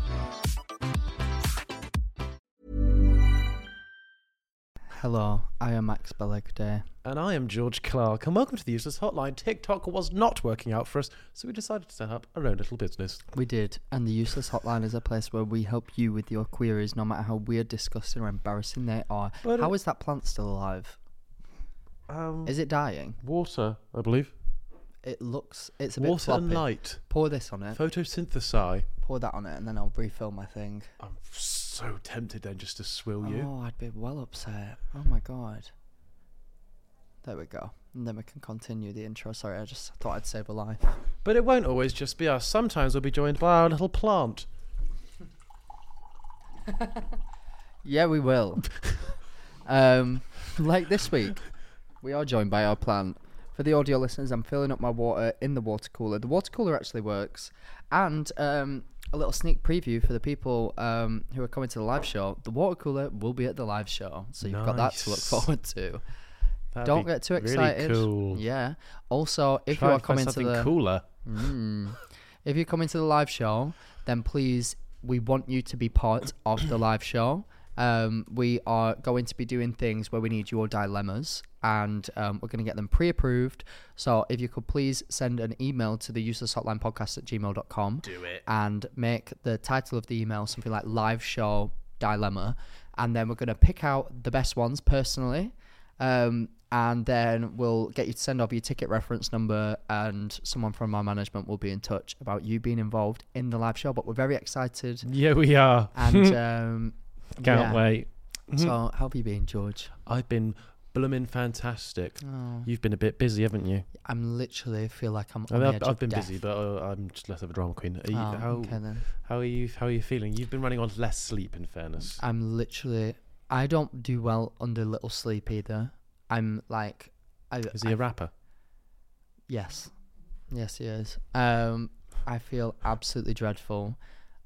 Hello, I am Max Belegday. And I am George Clark, and welcome to the Useless Hotline. TikTok was not working out for us, so we decided to set up our own little business. We did, and the Useless Hotline is a place where we help you with your queries, no matter how weird, disgusting, or embarrassing they are. But uh, how it- is that plant still alive? Um, Is it dying? water, I believe. It looks, it's a bit Water and floppy. light. Pour this on it, Photosynthesize. pour that on it, and then I'll refill my thing. I'm so tempted then just to swill you. Oh, I'd be well upset. Oh my god. There we go. And then we can continue the intro. Sorry, I just thought I'd save a life. But it won't always just be us. Sometimes we'll be joined by our little plant. Yeah, we will. um, like this week, we are joined by our plant. For the audio listeners, I'm filling up my water in the water cooler. The water cooler actually works. And um, a little sneak preview for the people um, who are coming to the live show the water cooler will be at the live show. So you've got that to look Nice. forward to. That'd Don't be get too really excited. cool. Yeah. Also, if Try you and are find coming to something the cooler. Mm. if you come into the live show, then please, we want you to be part of the live show. Um, we are going to be doing things where we need your dilemmas and um, we're going to get them pre approved. So if you could please send an email to the useless hotline podcast at gmail.com. Do it. And make the title of the email something like live show dilemma. And then we're going to pick out the best ones personally um, and then we'll get you to send off your ticket reference number, and someone from our management will be in touch about you being involved in the live show. But we're very excited, Yeah, we are. and um, Can't yeah. wait. So, how have you been, George? Oh, I've been blooming fantastic. You've been a bit busy, haven't you? I'm literally feel like I'm. I on mean, the I've, edge I've of been death. busy, but uh, I'm just less of a drama queen. Are you, Oh, how, okay then. how are you? How are you feeling? You've been running on less sleep, in fairness. I'm literally. I don't do well under little sleep either. I'm like, I, Is he a rapper? Yes. Yes, he is. Um, I feel absolutely dreadful.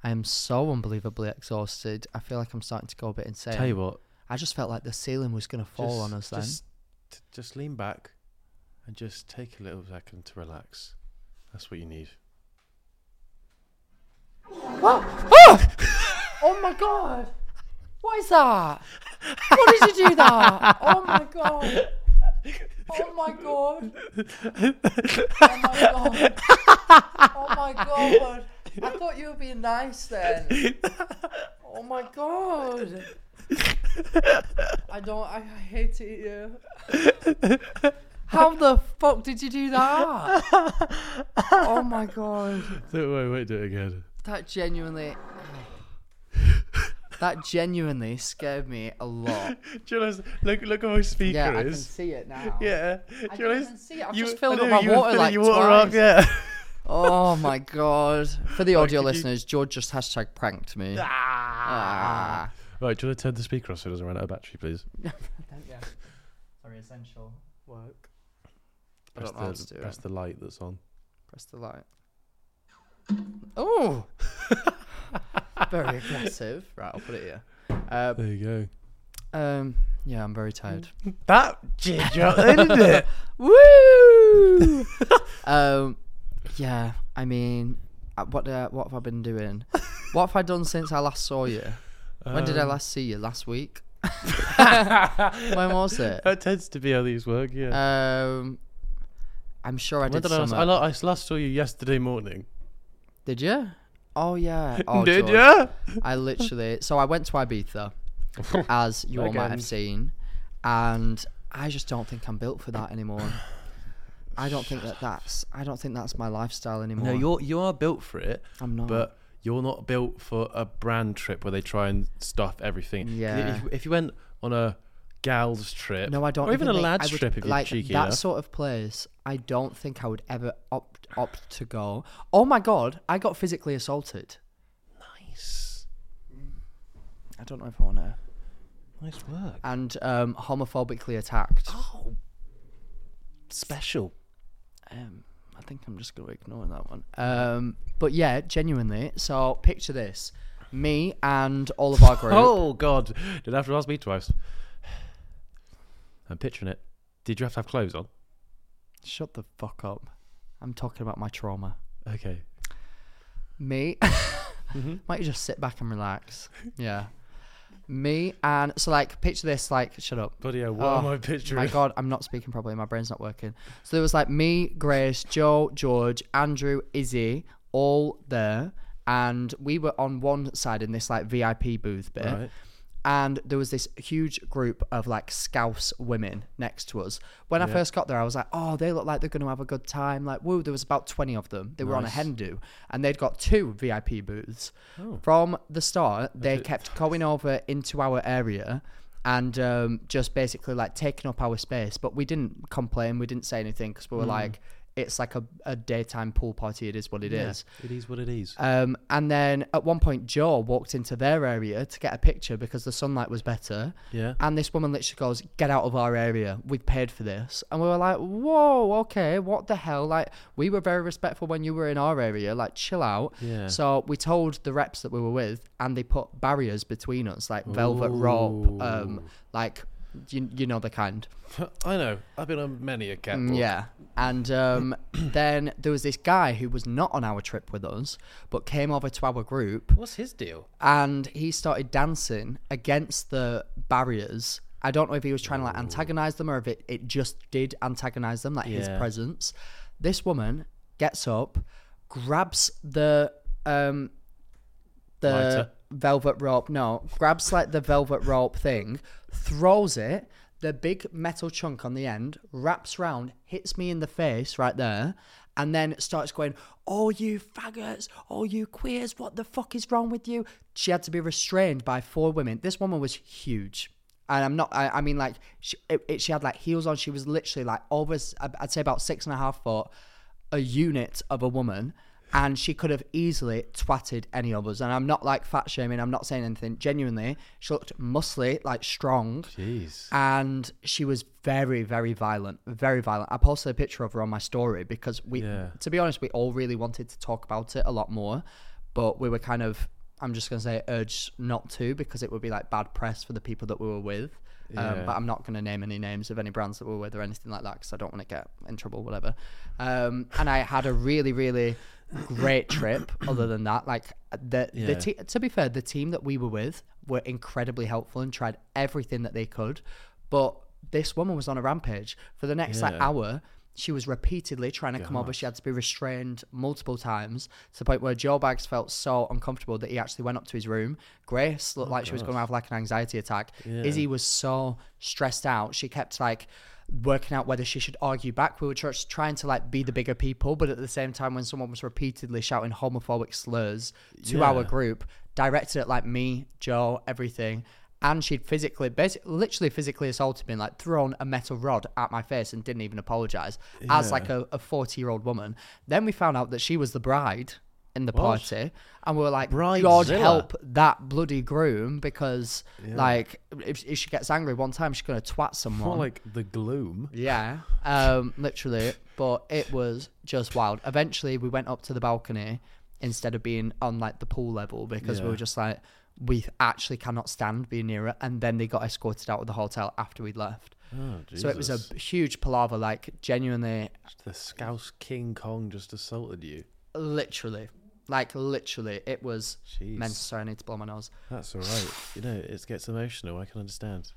I am so unbelievably exhausted. I feel like I'm starting to go a bit insane. Tell you what, I just felt like the ceiling was going to fall just, on us then. Just, t- just lean back and just take a little second to relax. That's what you need. Oh my god! What is that? Why did you do that? Oh my god! Oh my god! Oh my god! Oh my god! I thought you were being nice then. Oh my god! I don't. I, I hate it here. How the fuck did you do that? Oh my god! Don't worry, won't do it again. That genuinely. that genuinely scared me a lot. Do you realise? Look, look at my speaker Yeah, I can is. see it now. yeah. Do I you didn't realise? even see it. I've you- just I filled up know, my you were water filling like your water up, twice. yeah. Oh my god. For the audio could you- listeners, George just hashtag pranked me. Ah. Right, do you want to turn the speaker off so it doesn't run out of battery, please? Sorry, essential work. I Press don't know how to the, do press it. the light that's on. Press the light. Oh. very aggressive. Right, I'll put it here. Uh, There you go. um, yeah, I'm very tired. That did you, didn't it? Woo! um, yeah. I mean, uh, what uh, what have I been doing? what have I done since I last saw you? When did I Um. last see you? Last week. when was it? That tends to be how these work, yeah. Um, I'm sure I when did. did I, last, something. I, la- I last saw you yesterday morning. Did you? Oh yeah. Oh, did George. ya? I literally. So I went to Ibiza, as you all might Again. have seen, and I just don't think I'm built for that anymore. I don't think that that's. I don't think that's my lifestyle anymore. No, you're you are built for it. I'm not. But you're not built for a brand trip where they try and stuff everything. 'Cause Yeah. If, if you went on a gal's trip, No, I don't. or even, a think- lad's I would- trip if like, you're cheeky That enough. sort of place, I don't think I would ever opt opt to go. Oh my god, I got physically assaulted. Nice. I don't know if I want to. Nice work. And um, homophobically attacked. Oh, special. Um, I think I'm just going to ignore that one. Um, but yeah, genuinely. So picture this: me and all of our group. Oh God! Did have to ask me twice. I'm picturing it. Did you have to have clothes on? Shut the fuck up! I'm talking about my trauma. Okay. Me. Mm-hmm. Might you just sit back and relax? Yeah. Me and so like picture this like shut up. Bloody hell, what Oh, am I picturing? My God, I'm not speaking properly. My brain's not working. So there was like me, Grace, Joe, George, Andrew, Izzy, all there, and we were on one side in this like VIP booth bit, Right. and there was this huge group of like Scouse women next to us. When I first got there, I was like, oh, they look like they're going to have a good time. Like, woo, there was about 20 of them. They were on a hen do, and they'd got two VIP booths. From the start, they kept going over into our area and um, just basically like taking up our space. But we didn't complain, we didn't say anything because we were like, it's like a, a daytime pool party, it is what it is. Yeah, It is what it is. Um, and then at one point, Joe walked into their area to get a picture because the sunlight was better. Yeah. And this woman literally goes, "Get out of our area. We've paid for this." And we were like, "Whoa, okay, what the hell?" Like, we were very respectful when you were in our area. Like, chill out. Yeah. So we told the reps that we were with, and they put barriers between us, like velvet rope, um, like you, you know the kind. I know. I've been on many a Mm, catwalk. Yeah. And um, then there was this guy who was not on our trip with us, but came over to our group What's his deal? and he started dancing against the barriers. I don't know if he was trying to like antagonize them or if it, it just did antagonize them, like his Yeah. presence. This woman gets up, grabs the um the Lighter. velvet rope, no, grabs like the velvet rope thing, throws it, the big metal chunk on the end, wraps round, hits me in the face right there, and then starts going, Oh, you faggots, oh, you queers, what the fuck is wrong with you? She had to be restrained by four women. This woman was huge. And I'm not, I, I mean, like, she, it, it, she had like heels on. She was literally like over, s- I'd say about six and a half foot a unit of a woman and she could have easily twatted any of us. And I'm not like fat shaming, I'm not saying anything. Genuinely, she looked muscly, like strong. Jeez. And she was very, very violent. Very violent. I posted a picture of her on my story because we, Yeah. to be honest, we all really wanted to talk about it a lot more, but we were kind of, I'm just going to say, urged not to because it would be like bad press for the people that we were with. Yeah. Um, but I'm not going to name any names of any brands that we're with or anything like that because I don't want to get in trouble, whatever. Um, and I had a really, really great trip. Other than that, like the, the Yeah. te- to be fair, the team that we were with were incredibly helpful and tried everything that they could. But this woman was on a rampage for the next like Yeah. hour. She was repeatedly trying to come over. She had to be restrained multiple times to the point where Joe Bags felt so uncomfortable that he actually went up to his room. Grace Oh, looked like she was going to have like an anxiety attack. Izzy was so stressed out. She kept like working out whether she should argue back. We were tr- trying to like be the bigger people, but at the same time, when someone was repeatedly shouting homophobic slurs to our Yeah. group, directed at like me, Joe, everything. And she'd physically, basically, literally physically assaulted me, and, like thrown a metal rod at my face and didn't even apologize as like a 40 year old woman. Then we found out that she was the bride in the party. And we were like, Bridezilla. God help that bloody groom because, like, if, if she gets angry one time, she's going to twat someone. More like the gloom. Yeah, um, literally. But it was just wild. Eventually, we went up to the balcony instead of being on like the pool level because we Yeah. were just like, we actually cannot stand being near it. And then they got escorted out of the hotel after we'd left. Oh, Jesus. So it was a huge palaver. Like genuinely, The Scouse King Kong just assaulted you. literally, like literally, it was. Jeez. Men, sorry, I need to blow my nose. That's all right. You know, it gets emotional. I can understand.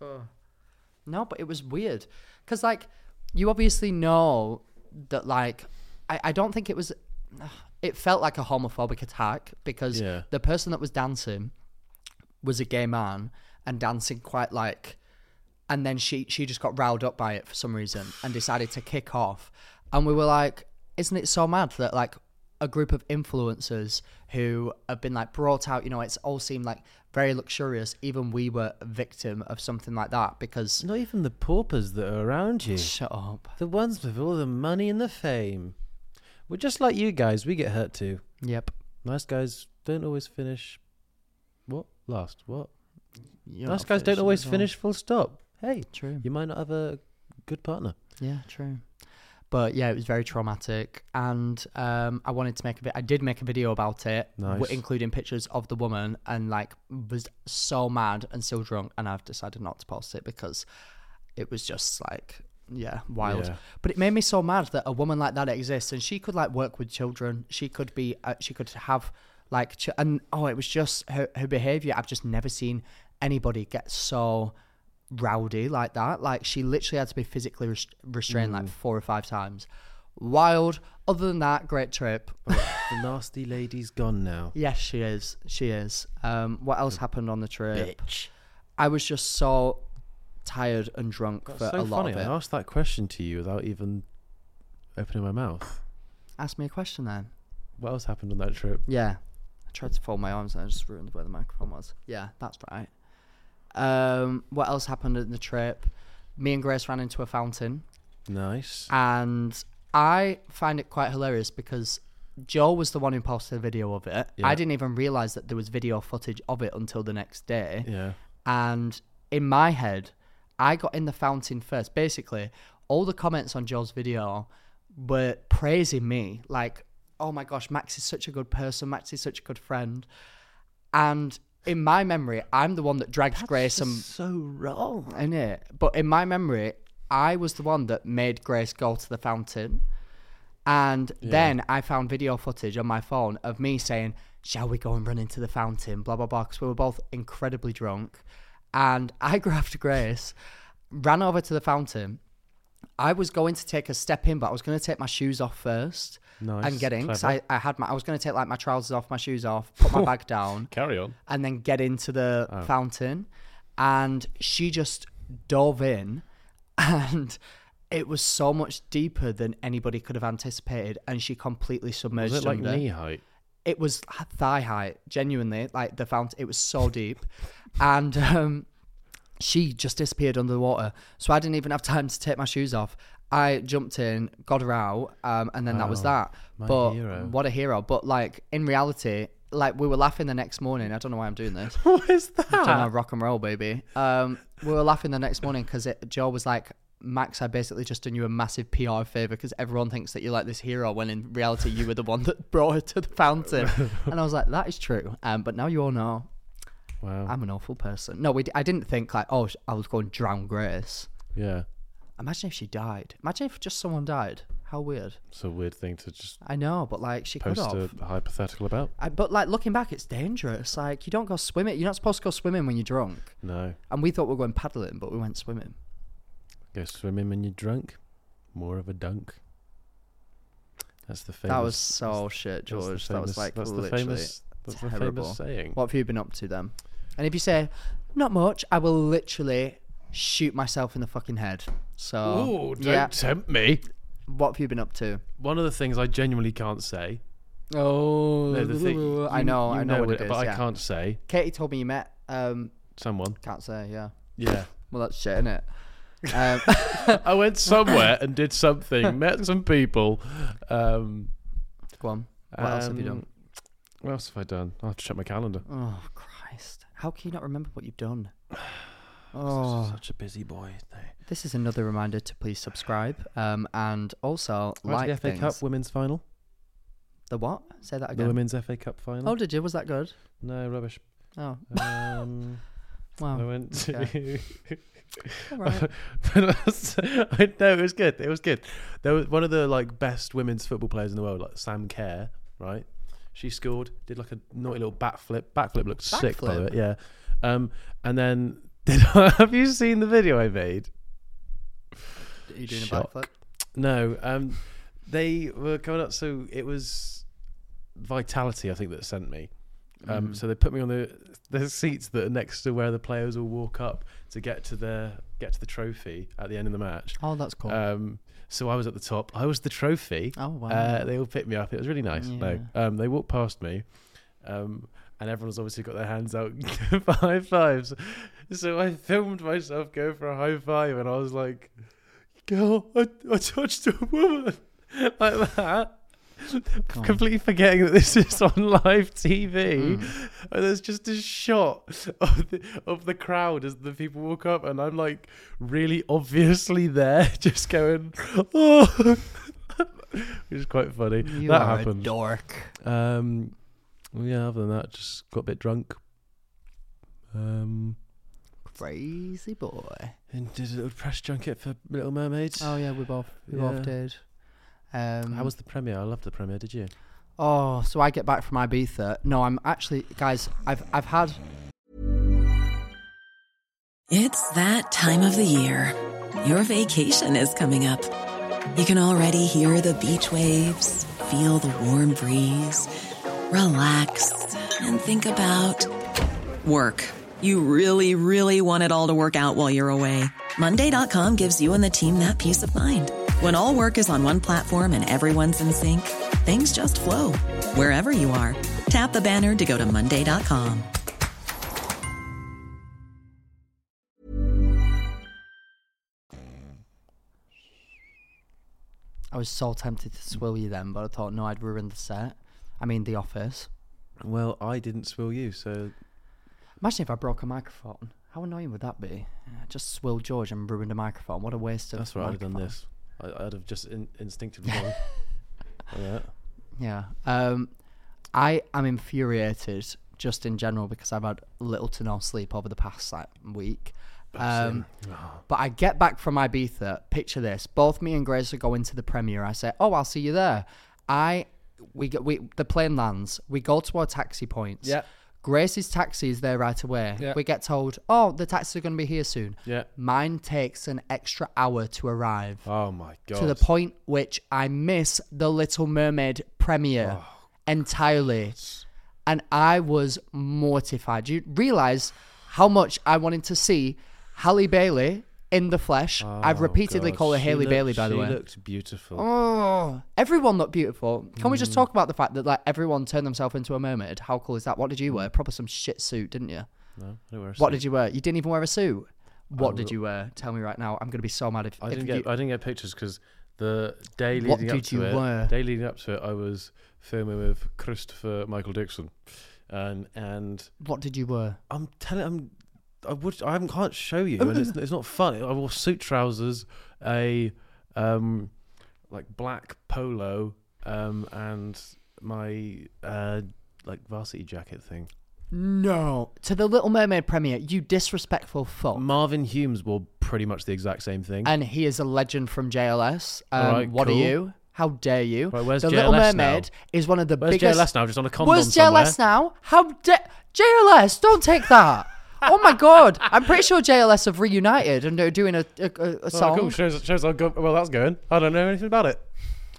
No, but it was weird because like you obviously know that like I, I don't think it was. It felt like a homophobic attack because Yeah. the person that was dancing was a gay man and dancing quite like, and then she she just got riled up by it for some reason and decided to kick off, and we were like, isn't it so mad that like a group of influencers who have been like brought out, you know, it's all seemed like very luxurious. Even we were a victim of something like that because Not even the paupers that are around you. Shut up. The ones with all the money and the fame. We're just like you guys. We get hurt too. Yep. Nice guys don't always finish. What? Last what? You're nice not guys don't finishing always as well. finish full stop. Hey, True. you might not have a good partner. Yeah, true. But yeah, it was very traumatic, and um, I wanted to make a bit. I did make a video about it, w- Nice. including pictures of the woman, and like was so mad and still drunk. And I've decided not to post it because it was just like yeah, wild. Yeah. But it made me so mad that a woman like that exists, and she could like work with children. She could be, uh, she could have like, ch- and oh, it was just her her behavior. I've just never seen anybody get so rowdy like that. Like she literally had to be physically res- restrained Mm. like four or five times. Wild. Other than that, great trip. the nasty lady's gone now. yes, she is. She is. Um, what else happened on the trip? I was just so tired and drunk for so a lot funny. of it. I asked that question to you without even opening my mouth. Ask me a question then. What else happened on that trip? Yeah. I tried to fold my arms and I just ruined where the microphone was. Yeah, that's right. Um, what else happened in the trip? Me and Grace ran into a fountain Ah. Nice. and I find it quite hilarious because Joel was the one who posted a video of it. Yeah. I didn't even realize that there was video footage of it until the next day. Yeah. And in my head, I got in the fountain first. Basically, all the comments on Joel's video were praising me, like, oh my gosh, Max is such a good person, Max is such a good friend. And in my memory, I'm the one that drags Grace and so wrong. in it. But in my memory, I was the one that made Grace go to the fountain. And then I found video footage on my phone of me saying, Shall we go and run into the fountain? Blah, blah, blah. Because we were both incredibly drunk. And I grabbed Grace, ran over to the fountain. I was going to take a step in, but I was going to take my shoes off first Nice, and get in. 'cause clever. I, I had my, I was going to take like my trousers off, my shoes off, put my bag down, Carry on. and then get into the Oh. fountain. And she just dove in, and it was so much deeper than anybody could have anticipated. And she completely submerged Was it like under. knee height? It was thigh height, genuinely. Like the fountain, it was so deep, and um, she just disappeared under the water. So I didn't even have time to take my shoes off. I jumped in, got her out, um, and then that was that. But Oh, hero. what a hero! But like in reality, like we were laughing the next morning. I don't know why I'm doing this. what is I don't know, that? rock and roll, baby. Um, we were laughing the next morning because Joel was like, Max, I basically just done you a massive PR favor because everyone thinks that you're like this hero when in reality you were the one that brought her to the fountain. and I was like, that is true. Um, but now you all know Wow. I'm an awful person. No, we d- I didn't think like, oh, sh- I was going to drown Grace. yeah. Imagine if she died. Imagine if just someone died. How weird. It's a weird thing to just I know, but like she could post have. a hypothetical about. I, but like looking back, it's dangerous. Like you don't go swimming. You're not supposed to go swimming when you're drunk. No. And we thought we were going paddling, but we went swimming. Go swimming when you're drunk. More of a dunk. That's the famous. That was so shit, that's the George. that was famous- like that's the literally. famous. That's the terrible. famous saying. What have you been up to then? And if you say not much, I will literally shoot myself in the fucking head. So Ooh, don't yeah, tempt me. what have you been up to? One of the things I genuinely can't say. Oh, No, the thing, I you- know, you I know, what it is. but I yeah. can't say Katie told me you met. Um, someone. can't say. Yeah. Yeah, Well, that's shit, innit? Um, I went somewhere and did something, met some people. Um, go on. What else have you um, done? What else have I done? I will have to check my calendar. Oh Christ! How can you not remember what you've done? Oh, Such a busy boy. This is another reminder to please subscribe um, and also like the FA things. Cup women's final. The what? Say that The again. women's FA Cup final. Oh, did you? Was that good? No rubbish. Oh, Um, I wow. went to. All right. But I was- I know it was good. It was good. There was one of the like best women's football players in the world, like Sam Kerr, right? She scored, did like a naughty little backflip. Backflip looked sick, by the way. Backflip? Yeah. Um, and then did I, have you seen the video I made? Are you doing Shock. a backflip? No. Um, they were coming up. So it was Vitality, I think, that sent me. Mm-hmm. Mm. Um, So they put me on the the seats that are next to where the players will walk up to get to the get to the trophy at the end of the match. Oh, that's cool. Um, so I was at the top. I was the trophy. oh wow. Uh, they all picked me up. It was really nice. Yeah. No, um, they walked past me, um, and everyone's obviously got their hands out for high fives. So I filmed myself go for a high five, and I was like, "Girl, I, I touched a woman like that." Go on. completely forgetting that this is on live TV. Hmm. And there's just a shot of the, of the crowd as the people walk up, and I'm like really obviously there, just going, oh, which is quite funny. You that are a happened. dork. Um, well, yeah, other than that, just got a bit drunk. Um, Crazy boy. and did a little press junket for Little Mermaids. Oh yeah, we both we Yeah. both did. Um, How was the premiere? I loved the premiere. Did you? oh, so I get back from Ibiza. No, I'm actually, guys. I've I've had It's that time of the year. Your vacation is coming up. You can already hear the beach waves, feel the warm breeze, relax, and think about work. You really, really want it all to work out while you're away. Monday.com gives you and the team that peace of mind. When all work is on one platform and everyone's in sync, things just flow wherever you are. Tap the banner to go to Monday.com. I was so tempted to swill you then, but I thought no, I'd ruin the set. I mean, the office. Well, I didn't swill you, so Imagine if I broke a microphone. How annoying would that be? I just swilled George and ruined a microphone. What a waste of. that's right. I'd have done microphone. this. I, I'd have just in, instinctively gone. like that. Yeah. Um, I am infuriated just in general because I've had little to no sleep over the past like, week. Oh, Um, but I get back from Ibiza. Picture this: both me and Grace are going to the premiere. I say, "Oh, I'll see you there." I we get we the plane lands. We go to our taxi points. Yeah. Grace's taxi is there right away. Yeah. We get told, "Oh, the taxis are going to be here soon." Yeah. Mine takes an extra hour to arrive Oh my god. to the point which I miss the Little Mermaid premiere Oh, entirely, and I was mortified. You realize how much I wanted to see Halle Bailey in the flesh. I've repeatedly called her Haley Bailey, by the way. Oh, She looked beautiful. Oh, everyone looked beautiful. Can we Mm. just talk about the fact that like everyone turned themselves into a mermaid? How cool is that? What did Mm. you wear? Probably some shit suit, didn't you? No, I didn't wear a What suit. did you wear? You didn't even wear a suit. What did you wear? Tell me right now. I'm gonna be so mad if, I if didn't you, get I didn't get pictures because the day leading What up did to you it, wear? day leading up to it, I was filming with Christopher Michael Dixon, and and what did you wear? I'm telling I'm I would I haven't- can't show you, and it's, it's not fun. I wore suit trousers, a um like black polo, um and my uh like varsity jacket thing. No. To the Little Mermaid premiere, you disrespectful fuck. Marvin Humes wore pretty much the exact same thing. And he is a legend from JLS. Um, Alright, what cool. are you? How dare you? Right, where's the Little JLS now? Mermaid is one of the Where's biggest. JLS now? Just on a condom Where's somewhere. JLS now? How dare JLS? Don't take that. oh my god! I'm pretty sure JLS have reunited and they're doing a, a, a, a Oh, song. cool. Shows, shows how good, well that's going. I don't know anything about it.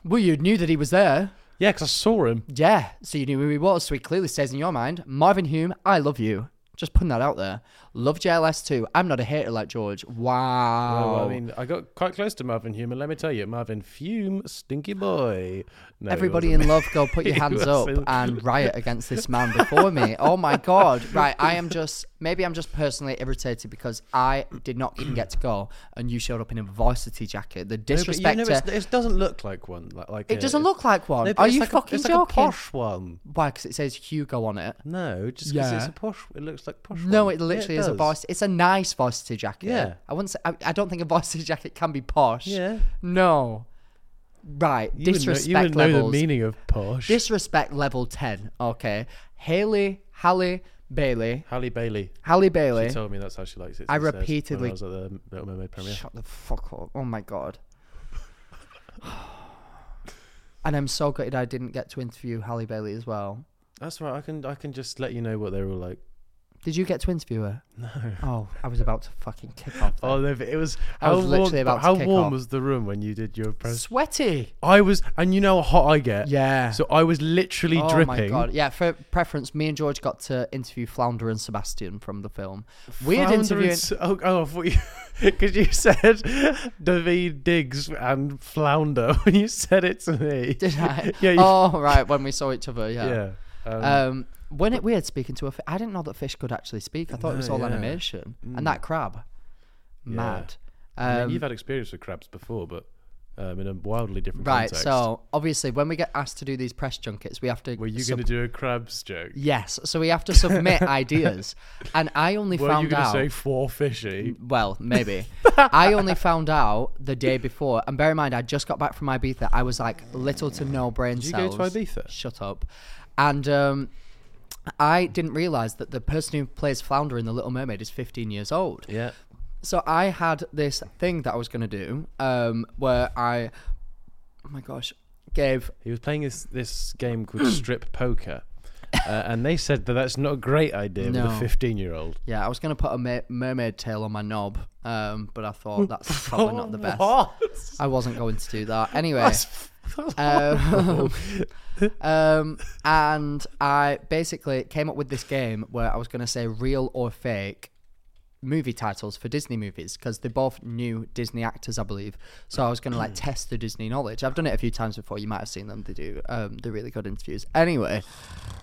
Well, you knew that he was there. Yeah, because I saw him. Yeah, so you knew who he was, so he clearly stays in your mind. Marvin Hume, I love you. Just putting that out there. Love JLS too. I'm not a hater like George. Wow. Oh, well, I mean, I got quite close to Marvin Hume, and let me tell you, Marvin Fume, stinky boy. No, he Everybody wasn't. in love, go put your hands up wasn't. and riot against this man before me. Oh my god! Right, I am just maybe I'm just personally irritated because I did not even get to go, and you showed up in a varsity jacket. The No, but you disrespect. know, to- it's- it doesn't look like one. Like, like it a- doesn't look like one. No, but Are it's you like fucking a, it's joking? like a posh one. Why? Because it says Hugo on it. No, just because it's Yeah. a posh. It looks like posh. No, one. it literally Yeah, is a does. varsity. It's a nice varsity jacket. Yeah. I wouldn't say. I, I don't think a varsity jacket can be posh. Yeah. No. Right. You would know- disrespect You would know levels. the meaning of posh. Disrespect level 10. Okay. Haley, Halle Bailey, Halle Bailey. Halle She Bailey. told me that's how she likes it. I she says, when repeatedly- I was at the Little Mermaid premiere. Shut the fuck up. Oh my God. and I'm so gutted I didn't get to interview Halle Bailey as well. That's right. I can I can just let you know what they were like. Did you get to interview her? No. Oh, I was about to fucking kick off. Oh, no, but it was. I How was warm, literally about to how kick warm off. was the room when you did your press? Sweaty. I was, and you know how hot I get. Yeah. So I was literally Oh dripping. my god! Yeah, for preference, me and George got to interview Flounder and Sebastian from the film. Weird Flounder interviewing. and S- Oh, oh, I thought you. Because you said David Diggs and Flounder when you said it to me. Did I? Yeah, you- oh right, when we saw each other, Yeah. Um, Um, when it weird speaking to a fish, I didn't know that fish could actually speak. I thought it was No, all yeah. Mm. animation. And that crab, mad. I mean, Um, you've had experience with crabs before, but um, in a wildly different Right. context. So obviously, when we get asked to do these press junkets, we have to. were you sub- going to do a crabs joke? Yes. So we have to submit ideas, and I only Were found you going to out. say four fishy? Well, maybe. I only found out the day before, and bear in mind, I just got back from Ibiza. I was like little to no brain you go cells. to Ibiza? Shut up. And um, I didn't realize that the person who plays Flounder in The Little Mermaid is 15 years old. Yeah. So I had this thing that I was going to do, um, where I, oh my gosh, gave He was playing this this game called Strip Poker, uh, and they said that that's not a great idea with No. a fifteen year old. yeah, I was going to put a ma- mermaid tail on my knob, um, but I thought that's probably not the best. I wasn't going to do that anyway. um, um, and I basically came up with this game where I was going to say real or fake movie titles for Disney movies because they're both new Disney actors, I believe. So I was going to like test the Disney knowledge. I've done it a few times before. You might have seen them. They do. Um, they're really good interviews. Anyway,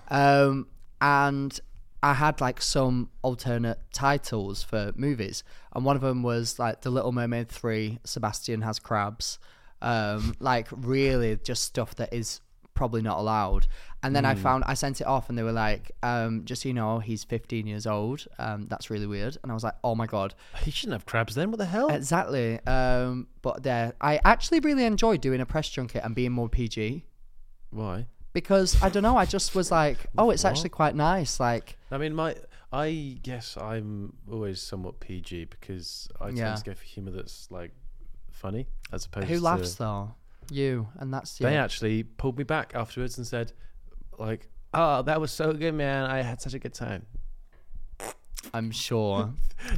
um, and I had like some alternate titles for movies, and one of them was like The Little Mermaid Three, Sebastian has crabs, um, like really just stuff that is probably not allowed. And then I found I sent it off, and they were like, um, just so you know, he's 15 years old. Um, that's really weird. And I was like, oh my god, He shouldn't have crabs then. What the hell? exactly. Um, but there, I actually really enjoyed doing a press junket and being more PG Why? because I don't know, I just was like, oh, it's actually quite nice, like. I mean, my I guess I'm always somewhat PG because I Yeah. tend to go for humour that's like funny as opposed. Who to, laughs though? You and that's you. They actually pulled me back afterwards and said, like, "Oh, that was so good, man! I had such a good time." I'm sure.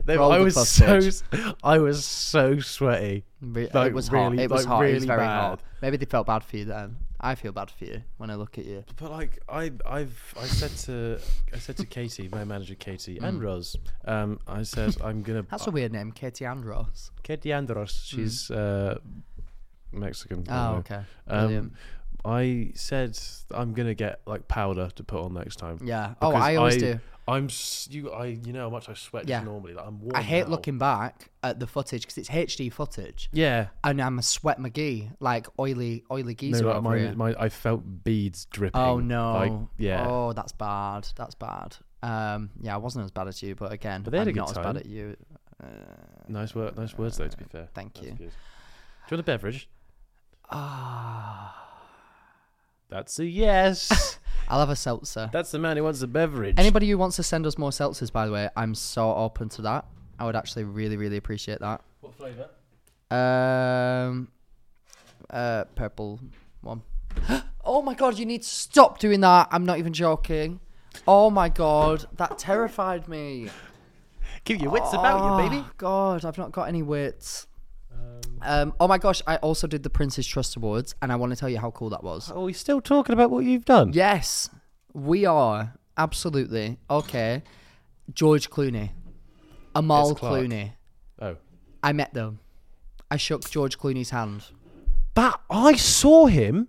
They, Roll I the was so, footage. I was so sweaty. Re- Like, it was hot. really- It was like, hot. it was really very hot. bad. Maybe they felt bad for you then. I feel bad for you when I look at you. But like I, I've, I said to, I said to Katie, my manager Katie Mm. and Roz, um, I said I'm gonna. That's a weird name, Katie Andros. Katie Andros. She's uh, Mexican. by the Mm. Oh, way. okay. Brilliant. Um, I said I'm gonna get like powder to put on next time. yeah. Oh, Because I always do. I'm s- you. I you know how much I sweat Yeah. just normally. Like I'm warm. I hate now. looking back at the footage because it's HD footage, Yeah. and I'm a sweat McGee, like oily, oily No, geezer like over my, here. my, I felt beads dripping. oh no. Like, yeah. Oh, that's bad. That's bad. Um, yeah, I wasn't as bad as you, but again, But they had I'm a good not as time. bad at you. Uh, Nice word. Nice words though. To be fair. thank That's you. good. Do you want a beverage? Ah. That's a yes. I'll have a seltzer. That's the man who wants a beverage. Anybody who wants to send us more seltzers, by the way, I'm so open to that. I would actually really, really appreciate that. What flavour? Um, uh, purple one. oh my god, you need to stop doing that. I'm not even joking. Oh my god, that terrified me. Keep your wits about you, baby. Oh, God, I've not got any wits. Um, oh my gosh, I also did the Prince's Trust Awards, and I want to tell you how cool that was. Ah. Are we still talking about what you've done? Yes, we are. Absolutely. Okay. George Clooney. Amal It's Clark. Clooney. Oh. I met them. I shook George Clooney's hand. But I saw him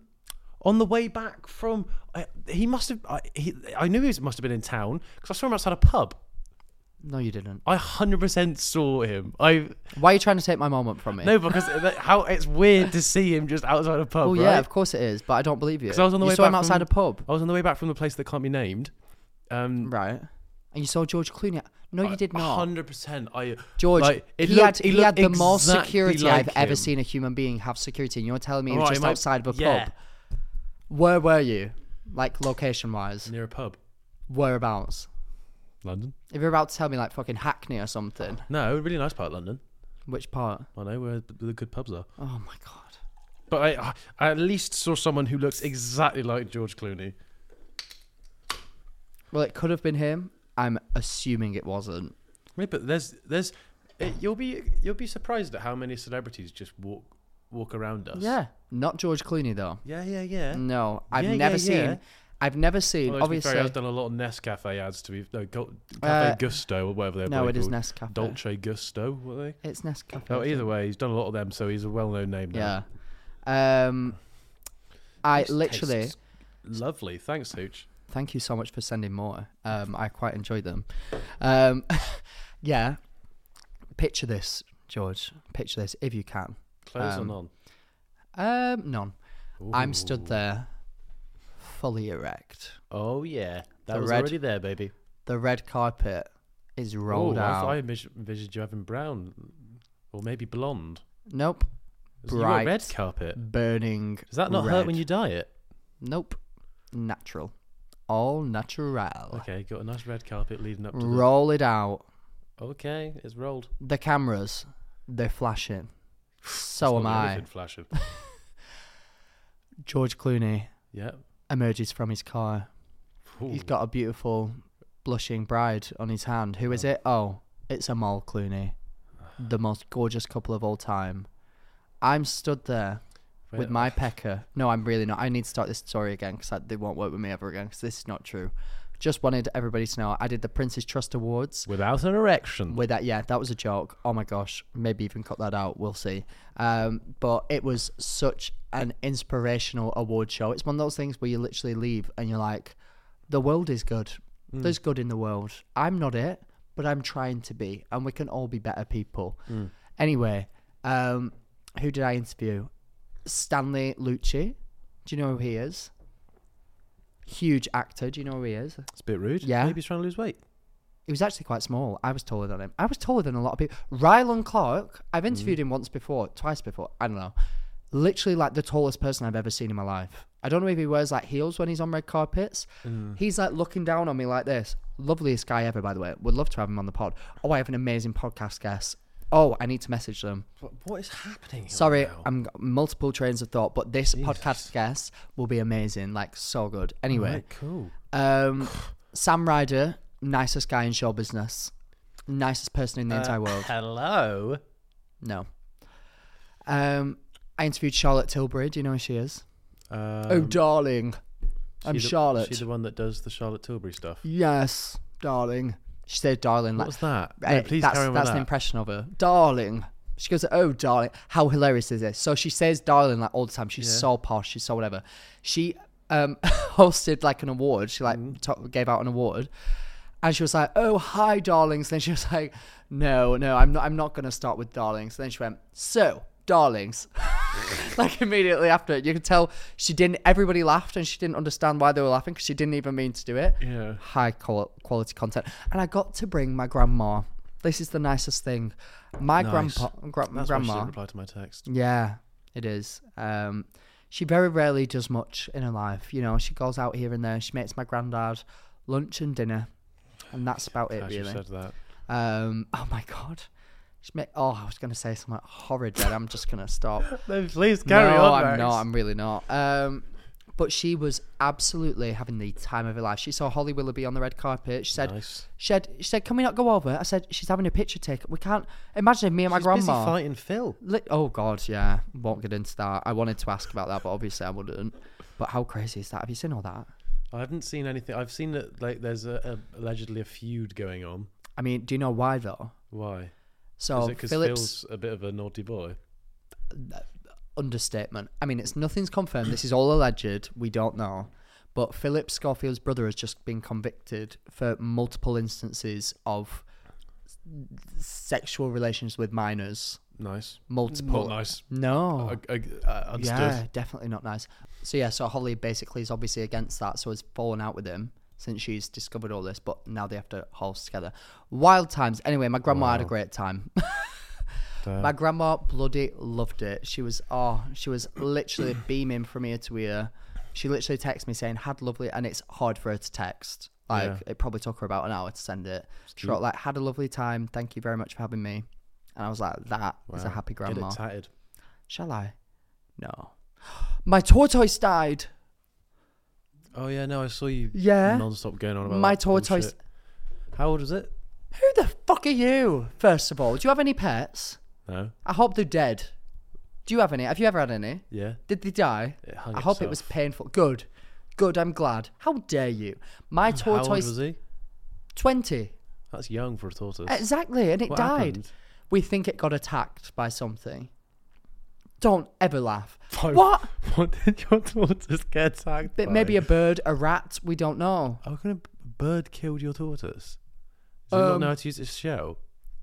on the way back from. I he must have. I, he, I knew he was, must have been in town because I saw him outside a pub. No, you didn't. I hundred percent saw him. I Why are you trying to take my moment from me? no because that- how it's weird to see him just outside a pub. Oh, right? yeah, of course it is, but I don't believe you. 'Cause I was on the you way saw him back outside from- a pub. I was on the way back from the place that can't be named. Um, Right. And you saw George Clooney. No, you did not. Hundred percent. I George, like, it he, looked- had, he, had looked the most exactly security like I've ever him. seen a human being have security, and you're telling me he All was right, just my- outside of a yeah, pub. Where were you? Like, location wise? near a pub, Whereabouts? London. If you're about to tell me like fucking Hackney or something, No, a really nice part of London. which part? I know where the the good pubs are. Oh my god. But I, I at least saw someone who looks exactly like George Clooney. Well, it could have been him. I'm assuming it wasn't. Right, but there's there's it, you'll be you'll be surprised at how many celebrities just walk walk around us. Not George Clooney though. Yeah, yeah, yeah. No, I've Yeah, yeah, never yeah. seen. I've never seen. Although, to be fair, obviously, I've done a lot of Nescafe ads to be no Go- Cafe Uh, Gusto or whatever they're no, bloody it is called. Nescafe. Dolce Gusto, were they? it's Nescafe. No, I think. Oh, either way, he's done a lot of them, so he's a well-known name. Yeah. now. Um, I This literally. tastes lovely. Thanks, Hooch. Thank you so much for sending more. Um, I quite enjoyed them. Um, yeah. Picture this, George. Picture this if you can. Clothes Um, on on. Um, none. I'm stood there, fully erect. Oh yeah, that The was red- already there, baby. The red carpet is rolled oh, I, out. I envis- envisioned you having brown, or maybe blonde. Nope. So you got Bright, red carpet. burning. Does that not hurt when red. you dye it? Nope. Natural. All natural. Okay, got a nice red carpet leading up to Roll it out. the. Okay, it's rolled. The cameras, they're flashing. So It's am not the I. elephant flashing. George Clooney yeah. emerges from his car. He's Ooh. got a beautiful blushing bride on his hand. Who is it? Oh, it's Amal Clooney, the most gorgeous couple of all time. I'm stood there with Wait. my pecker. No, I'm really not. I need to start this story again because they won't work with me ever again because this is not true. Just wanted everybody to know I did the Prince's Trust Awards. Without an erection. With that, yeah, that was a joke. Oh my gosh, maybe even cut that out. We'll see. Um, but it was such an inspirational award show. It's one of those things where you literally leave and you're like, the world is good. There's good in the world. I'm not it, but I'm trying to be, and we can all be better people. Anyway, um, who did I interview? Stanley Lucci. Do you know who he is? Huge actor. Do you know who he is? It's a bit rude. Yeah. Maybe he's trying to lose weight. He was actually quite small. I was taller than him. I was taller than a lot of people. Rylan Clark, I've interviewed him once before, twice before. I don't know. Literally like the tallest person I've ever seen in my life. I don't know if he wears like heels when he's on red carpets. He's like looking down on me like this. Loveliest guy ever, by the way. Would love to have him on the pod. Oh, I have an amazing podcast guest. Oh, I need to message them. Oh, What is happening? here Sorry, now? I'm got multiple trains of thought, but this podcast guest will be amazing. Like so good. Anyway, Right, cool. um, Sam Ryder, nicest guy in show business, nicest person in Uh. the entire world. Hello. No. Um, I interviewed Charlotte Tilbury. Do you know who she is? oh, Um, darling, I'm she the- Charlotte. She the one that does the Charlotte Tilbury stuff. yes, darling. She said, "Darling." What Like, was that? No, eh, please that's carry on with that's that. an impression of her, darling. She goes, "Oh, darling, how hilarious is this?" So she says, "Darling," like all the time. She's so posh. She's so whatever. She um, hosted like an award. She like Mm. to- gave out an award, and she was like, "Oh, hi, darlings." Then she was like, "No, no, I'm not. I'm not gonna start with darlings." Then she went, "So, darlings." like immediately after it, you could tell she didn't. Everybody laughed, and she didn't understand why they were laughing because she didn't even mean to do it. Yeah. High qual- quality content, and I got to bring my grandma. This is the nicest thing. My grandpa, gra- That's why she grandma. didn't reply to my text. Yeah, it is. Um, she very rarely does much in her life. You know, she goes out here and there. She makes my granddad lunch and dinner, and that's about it, I should have really. said that. Um, oh my god, she make. Oh, I was gonna say something horrid, then I'm just gonna stop. No, please no, I'm not. I'm really not. Um, but she was absolutely having the time of her life. She saw Holly Willoughby on the red carpet. She said, Nice. she said, she said, can we not go over? I said, she's having a picture taken. We can't imagine if me and my She's busy grandma. fighting Phil. Li- oh God, yeah. Won't get into that. I wanted to ask about that, but obviously I wouldn't. But how crazy is that? Have you seen all that? I haven't seen anything. I've seen that like there's a, a allegedly a feud going on. I mean, do you know why though? Why? Is So it because Phillips Phil's a bit of a naughty boy? understatement. I mean, it's nothing's confirmed. This is all alleged. We don't know. But Philip Schofield's brother has just been convicted for multiple instances of s- sexual relations with minors. Nice. Multiple. Not nice. No. I, I, I understood. Yeah, definitely not nice. So yeah, so Holly basically is obviously against that, so has fallen out with him since she's discovered all this. But now they have to host together. Wild times. Anyway, my grandma had a great time. my grandma bloody loved it. She was oh, she was literally beaming from ear to ear. She literally texted me saying had lovely, and it's hard for her to text. Like Yeah. it probably took her about an hour to send it. She wrote like had a lovely time. Thank you very much for having me. And I was like, that is a happy Get grandma. it tatted. Shall I? No. My tortoise died. Oh yeah, no, I saw you. Yeah. Non-stop going on about My that tortoise. bullshit. How old is it? Who the fuck are you? First of all, do you have any pets? No. I hope they're dead. Do you have any? Have you ever had any? Yeah. Did they die? It I hung hope it was painful. Good. Good, I'm glad. How dare you? My tortoise How old was he? 20. That's young for a tortoise. Exactly, and it What died. happened? We think it got attacked by something. Don't ever laugh. Why- What? What did your tortoise get attacked? But by? maybe a bird, a rat, we don't know. How can a b- bird killed your Um, tortoise? Does it not know how to use its shell?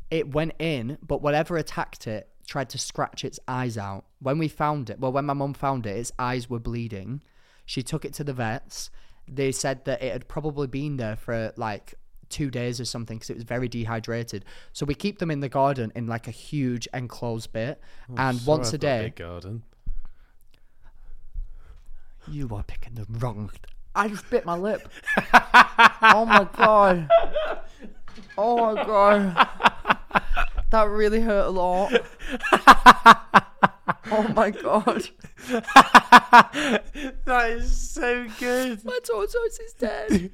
it went in, but whatever attacked it tried to scratch its eyes out. When we found it, well, when my mum found it, its eyes were bleeding. She took it to the vets. They said that it had probably been there for like two days or something because it was very dehydrated. So we keep them in the garden in like a huge enclosed bit, and Sorry once a Oh, I've got day. big garden. You are picking the wrong. I just bit my lip. oh my god. Oh my god. That really hurt a lot. Oh my god. That is so good. My tortoise is dead.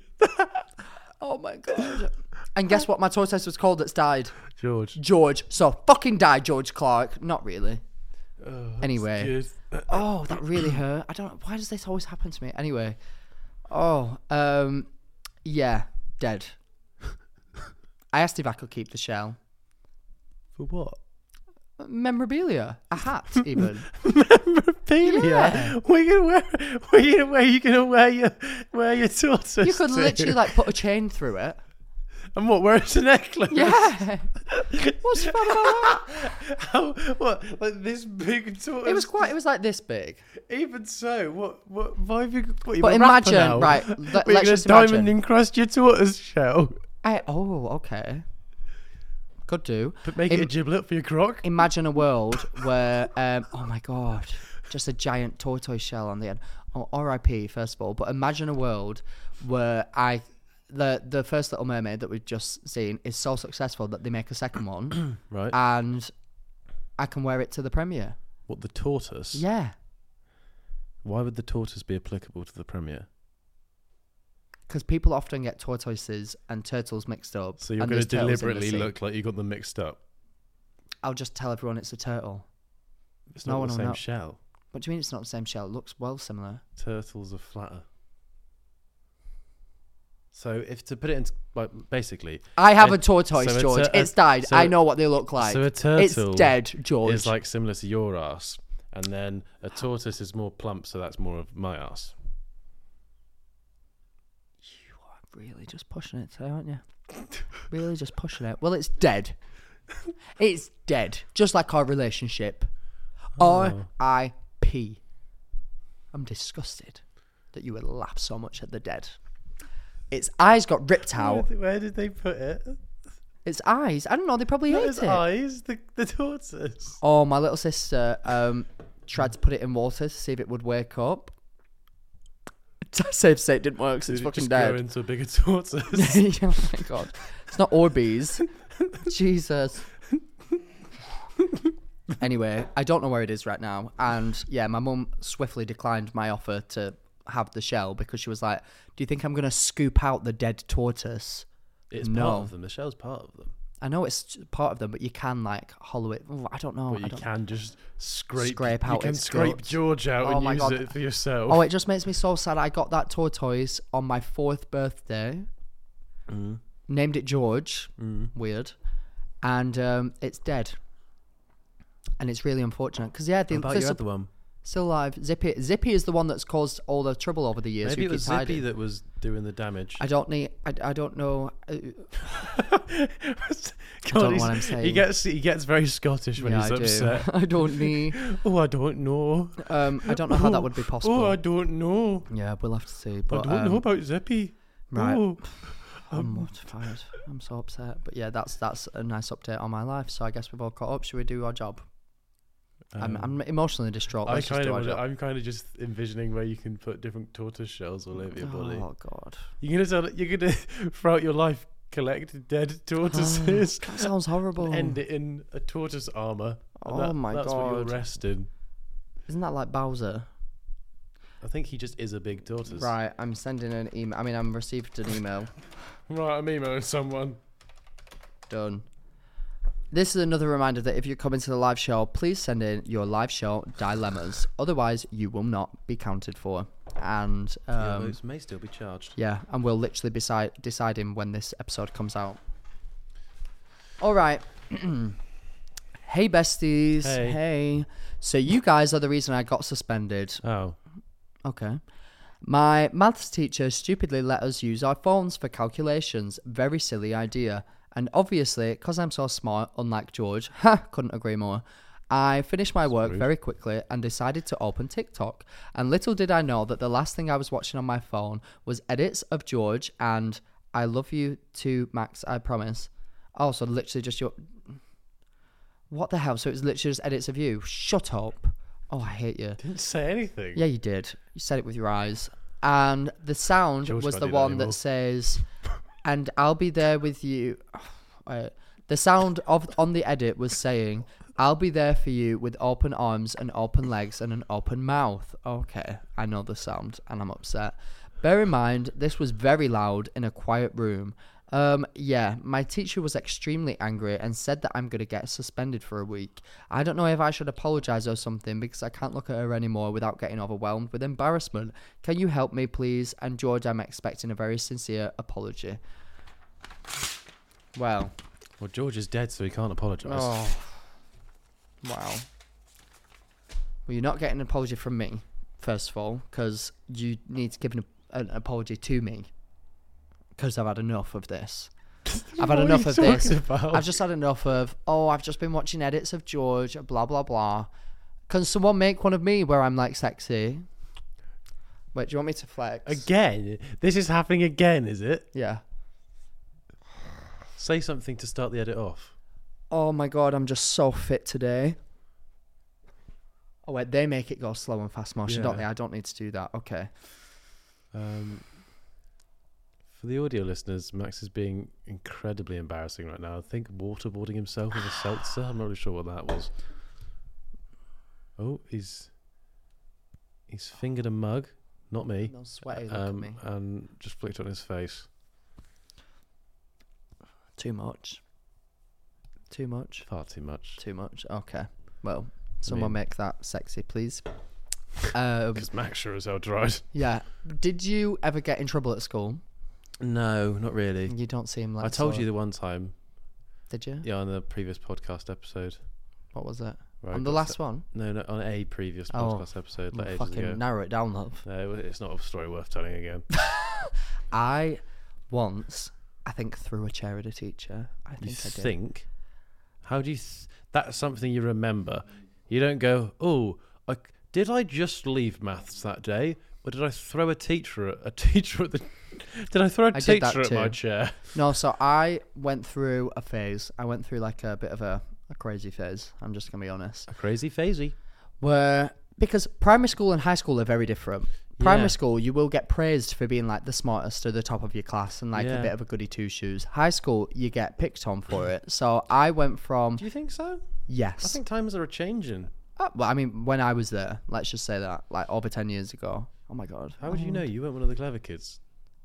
Oh my god. And guess what? My tortoise was called that's died. George. George. So fucking die, George Clark. Not really. anyway. Good. Oh, that really hurt. I don't. Why does this always happen to me? Anyway. Oh, um, yeah, dead. I asked if I could keep the shell. For what? Memorabilia, a hat, even. Memorabilia. Yeah. We're gonna wear. We're gonna wear. You're gonna wear your wear your tortoise. you could to. literally like put a chain through it. And what? Wear it as a necklace. Yeah. What's fun about that? How, what? Like this big tortoise. It was quite. It was like this big. Even so, what? What? Why have you? But What, you're a rapper imagine, now? right, let- We're let's gonna just diamond imagine. encrust your tortoise shell. I oh okay. Could do. But make it a Im- giblet for your croc. imagine a world where um, oh my god just a giant tortoise shell on the end oh, rip first of all but imagine a world where i the the first little mermaid that we've just seen is so successful that they make a second one Right. and i can wear it to the premiere what the tortoise? yeah Why would the tortoise be applicable to the premiere? because people often get tortoises and turtles mixed up So you're and going to there's turtles in the deliberately sea. look like you got them mixed up. i'll just tell everyone it's a turtle It's No, not no, the same no. shell. what do you mean it's not the same shell it looks well similar Turtles are flatter. So if to put it into like basically, I have a- a tortoise, so a George. tur- a- it's died. so- I know what they look like. so a turtle it's dead, George. is like similar to your ass, and then a tortoise is more plump, so that's more of my ass. really just pushing it today, aren't you? really just pushing it. Well, it's dead. It's dead. Just like our relationship. Oh. R.I.P. I'm disgusted that you would laugh so much at the dead. Its eyes got ripped out. Where did they put it? Its eyes. I don't know. They probably ate His it. eyes, the, the tortoise. Oh, my little sister um, tried to put it in water to see if it would wake up. Safe state didn't work, so Did it's it fucking just dead. go into a bigger tortoise? oh my god. It's not Orbeez. Jesus. anyway, I don't know where it is right now. And yeah, my mum swiftly declined my offer to have the shell because she was like, Do you think I'm going to scoop out the dead tortoise? it's No. part of them. The shell's part of them. I know it's part of them, but you can like hollow it. Ooh, I don't know. But I you don't can just scrape. Scrape You out can its scrape guts. George out Oh and my use God. it for yourself. Oh, it just makes me so sad. I got that tortoise on my fourth birthday. Mm. Named it George. Weird. And um, it's dead. And it's really unfortunate because yeah, they, About they're your sup- other one. still alive. Zippy, Zippy is the one that's caused all the trouble over the years. Maybe who it was keeps Zippy hiding. that was doing the damage. I don't need. I, I don't know. uh, God, know what he's- I'm He saying. gets he gets very Scottish when yeah, he's I upset. do. I don't need. Oh, I don't know. Um, I don't know how that would be Oh, possible. Oh, I don't know. yeah, we'll have to see. I But don't um, know about Zippy. right. Oh. I'm mortified. I'm so upset. But yeah, that's that's a nice update on my life. So I guess we've all caught up. Should we do our job? I'm, I'm emotionally distraught. I Let's just kind do our of job. I'm kind of just envisioning where you can put different tortoise shells all over your body. Oh god, You're gonna tell, you're gonna throughout your life collect dead tortoises that sounds horrible. and end it in a tortoise armor. and Oh that- my that's what you'll God. rest in. Isn't that like Bowser? I think he just is a big tortoise. Right, I'm sending an email. I mean, I'm received an email. Right, I'm emailing someone. Done. This is another reminder that if you're coming to the live show, please send in your live show dilemmas. Otherwise, you will not be counted for. And um, may still be charged. Yeah, and we'll literally decide deciding when this episode comes out. All right. hey besties. Hey. So you guys are the reason I got suspended. Oh, Okay. My maths teacher stupidly let us use our phones for calculations. Very silly idea. And obviously, because I'm so smart, unlike George, ha, couldn't agree more, I finished my work very quickly and decided to open TikTok. And little did I know that the last thing I was watching on my phone was edits of George and I love you too, Max, I promise. Oh, so literally just your. What the hell? So it's literally just edits of you. Shut up. Oh, I hate you. Didn't say anything. Yeah, you did. You said it with your eyes. And the sound George was can't the do that one that anymore. says, "And I'll be there with you." Wait. The sound of on the edit was saying, "I'll be there for you with open arms and open legs and an open mouth." Okay, I know the sound, and I'm upset. Bear in mind, this was very loud in a quiet room. Um, yeah, my teacher was extremely angry and said that I'm gonna get suspended for a week. I don't know if I should apologize or something because I can't look at her anymore without getting overwhelmed with embarrassment. Can you help me, please? And George, I'm expecting a very sincere apology. Well, Well, George is dead, so he can't apologise. oh, wow. Well, you're not getting an apology from me, first of all, because you need to give an, an apology to me. Because I've had enough of this. I've had What are enough you of this. talking about? I've just had enough of, oh, I've just been watching edits of George, blah, blah, blah. Can someone make one of me where I'm like sexy? Wait, do you want me to flex? Again, this is happening again, is it? yeah. Say something to start the edit off. Oh my god, I'm just so fit today. Oh wait, they make it go slow and fast motion, don't Yeah. they? I don't need to do that. Okay. Um, for the audio listeners, Max is being incredibly embarrassing right now. I think waterboarding himself with a seltzer. I'm not really sure what that was. Oh, he's he's fingered a mug. Not me. No sweaty, look um, at me. And just flicked on his face. Too much. Too much. Far too much. Too much. Okay. Well, someone mean- make that sexy, please. Um, Because Max sure as hell tried. yeah. Did you ever get in trouble at school? No, not really. You don't seem like. I told sort you of- the one time, Did you? yeah, on the previous podcast episode. What was it? Right, On the got last set- one. No, no, on a previous Oh, podcast episode. Like Well, ages fucking ago. narrow it down, love. No, it's not a story worth telling again. I once, I think, threw a chair at a teacher. I think you I did. think? How do you? Th- that's something you remember. You don't go, oh, I, did I just leave maths that day, or did I throw a teacher at a teacher at the? Did I throw a I did that teacher at my too. chair? No, so I went through a phase. I went through like a bit of a, a crazy phase. I'm just gonna be honest. A crazy phasey. Where because primary school and high school are very different. Primary Yeah. school, you will get praised for being like the smartest or the top of your class and like a Yeah. bit of a goody two shoes. High school, you get picked on for it. So I went from Do you think so? yes. I think times are changing. Uh, well, I mean, when I was there, let's just say that like over ten years ago. Oh my god, How would you know? You weren't one of the clever kids.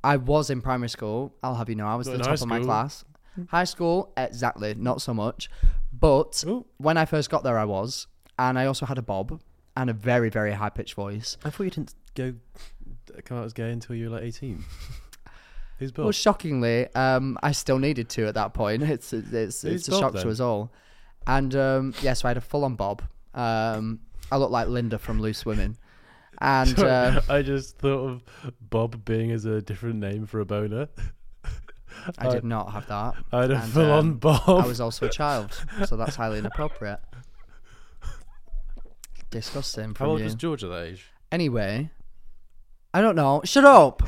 I was in primary school. I'll have you know, I was Not the in top high of my school. class. High school, exactly, not so much. But Ooh. when I first got there, I was, and I also had a bob and a very, very high pitched voice. I thought you didn't go come out as gay until you were like eighteen. Who's Bob? Well, shockingly, um, I still needed to at that point. It's it's, it's Who's a Bob shock to then? us all. And um, yeah, so I had a full on bob. Um, I looked like Linda from Loose Women, and uh, I just thought of Bob being as a different name for a boner. I did not have that. I had a And, full on um, Bob. I was also a child, so that's highly inappropriate. Disgusting. How From old you. was George at that age? Anyway, I don't know. Shut up.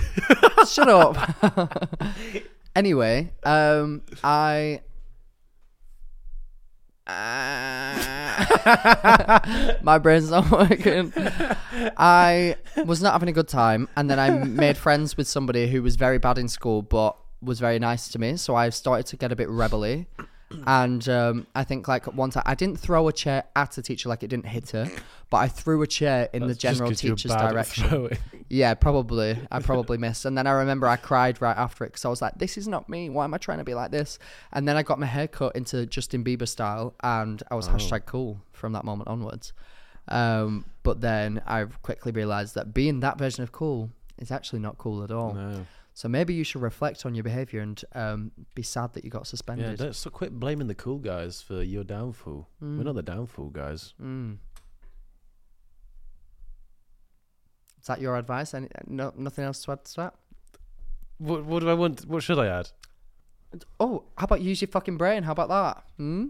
Shut up. anyway, um, I. uh, My brain's not working. I was not having a good time, and then I made friends with somebody who was very bad in school but was very nice to me. So I started to get a bit rebelly, and um, I think like at one time I didn't throw a chair at a teacher, like it didn't hit her, but I threw a chair in the general teacher's direction. Yeah, probably. I probably missed. And then I remember I cried right after it because I was like, this is not me. Why am I trying to be like this? And then I got my hair cut into Justin Bieber style and I was Oh. hashtag cool from that moment onwards. Um, but then I quickly realized that being that version of cool is actually not cool at all. No. So maybe you should reflect on your behavior and um, be sad that you got Yeah, suspended. don't so quit blaming the cool guys for your downfall. Mm. We're not the downfall guys. is that your advice? Any, no, nothing else to add to that? What, what do I want? What should I add? Oh, how about use your fucking brain? How about that? Hmm?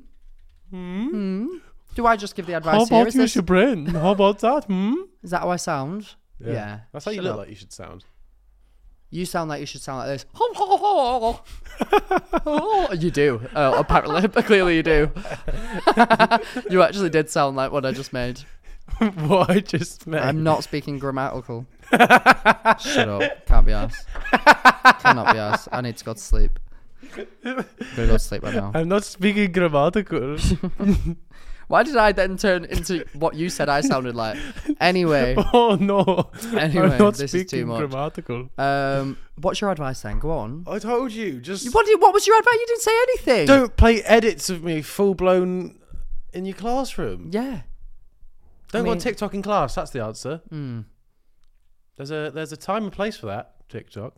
Hmm? Do I just give the advice How here? about Is, you, this, your brain? How about that? Hmm. is that how I sound? Yeah. That's how you Shut look up. like you should sound. You sound like you should sound like this. you do. Uh, apparently, but clearly you do. you actually did sound like what I just made. what I just meant. I'm not speaking grammatical. Shut up. Can't be asked. Cannot be asked. I need to go to sleep. Gotta go to sleep right now. I'm not speaking grammatical. Why did I then turn into what you said I sounded like? Anyway, oh no. Anyway, I'm not this is too speaking much. grammatical. um, what's your advice then? Go on. I told you. Just What, did, what was your advice? You didn't say anything. don't play edits of me full blown in your classroom. Yeah. Don't I go on mean- TikTok in class. That's the answer. There's a there's a time and place for that TikTok.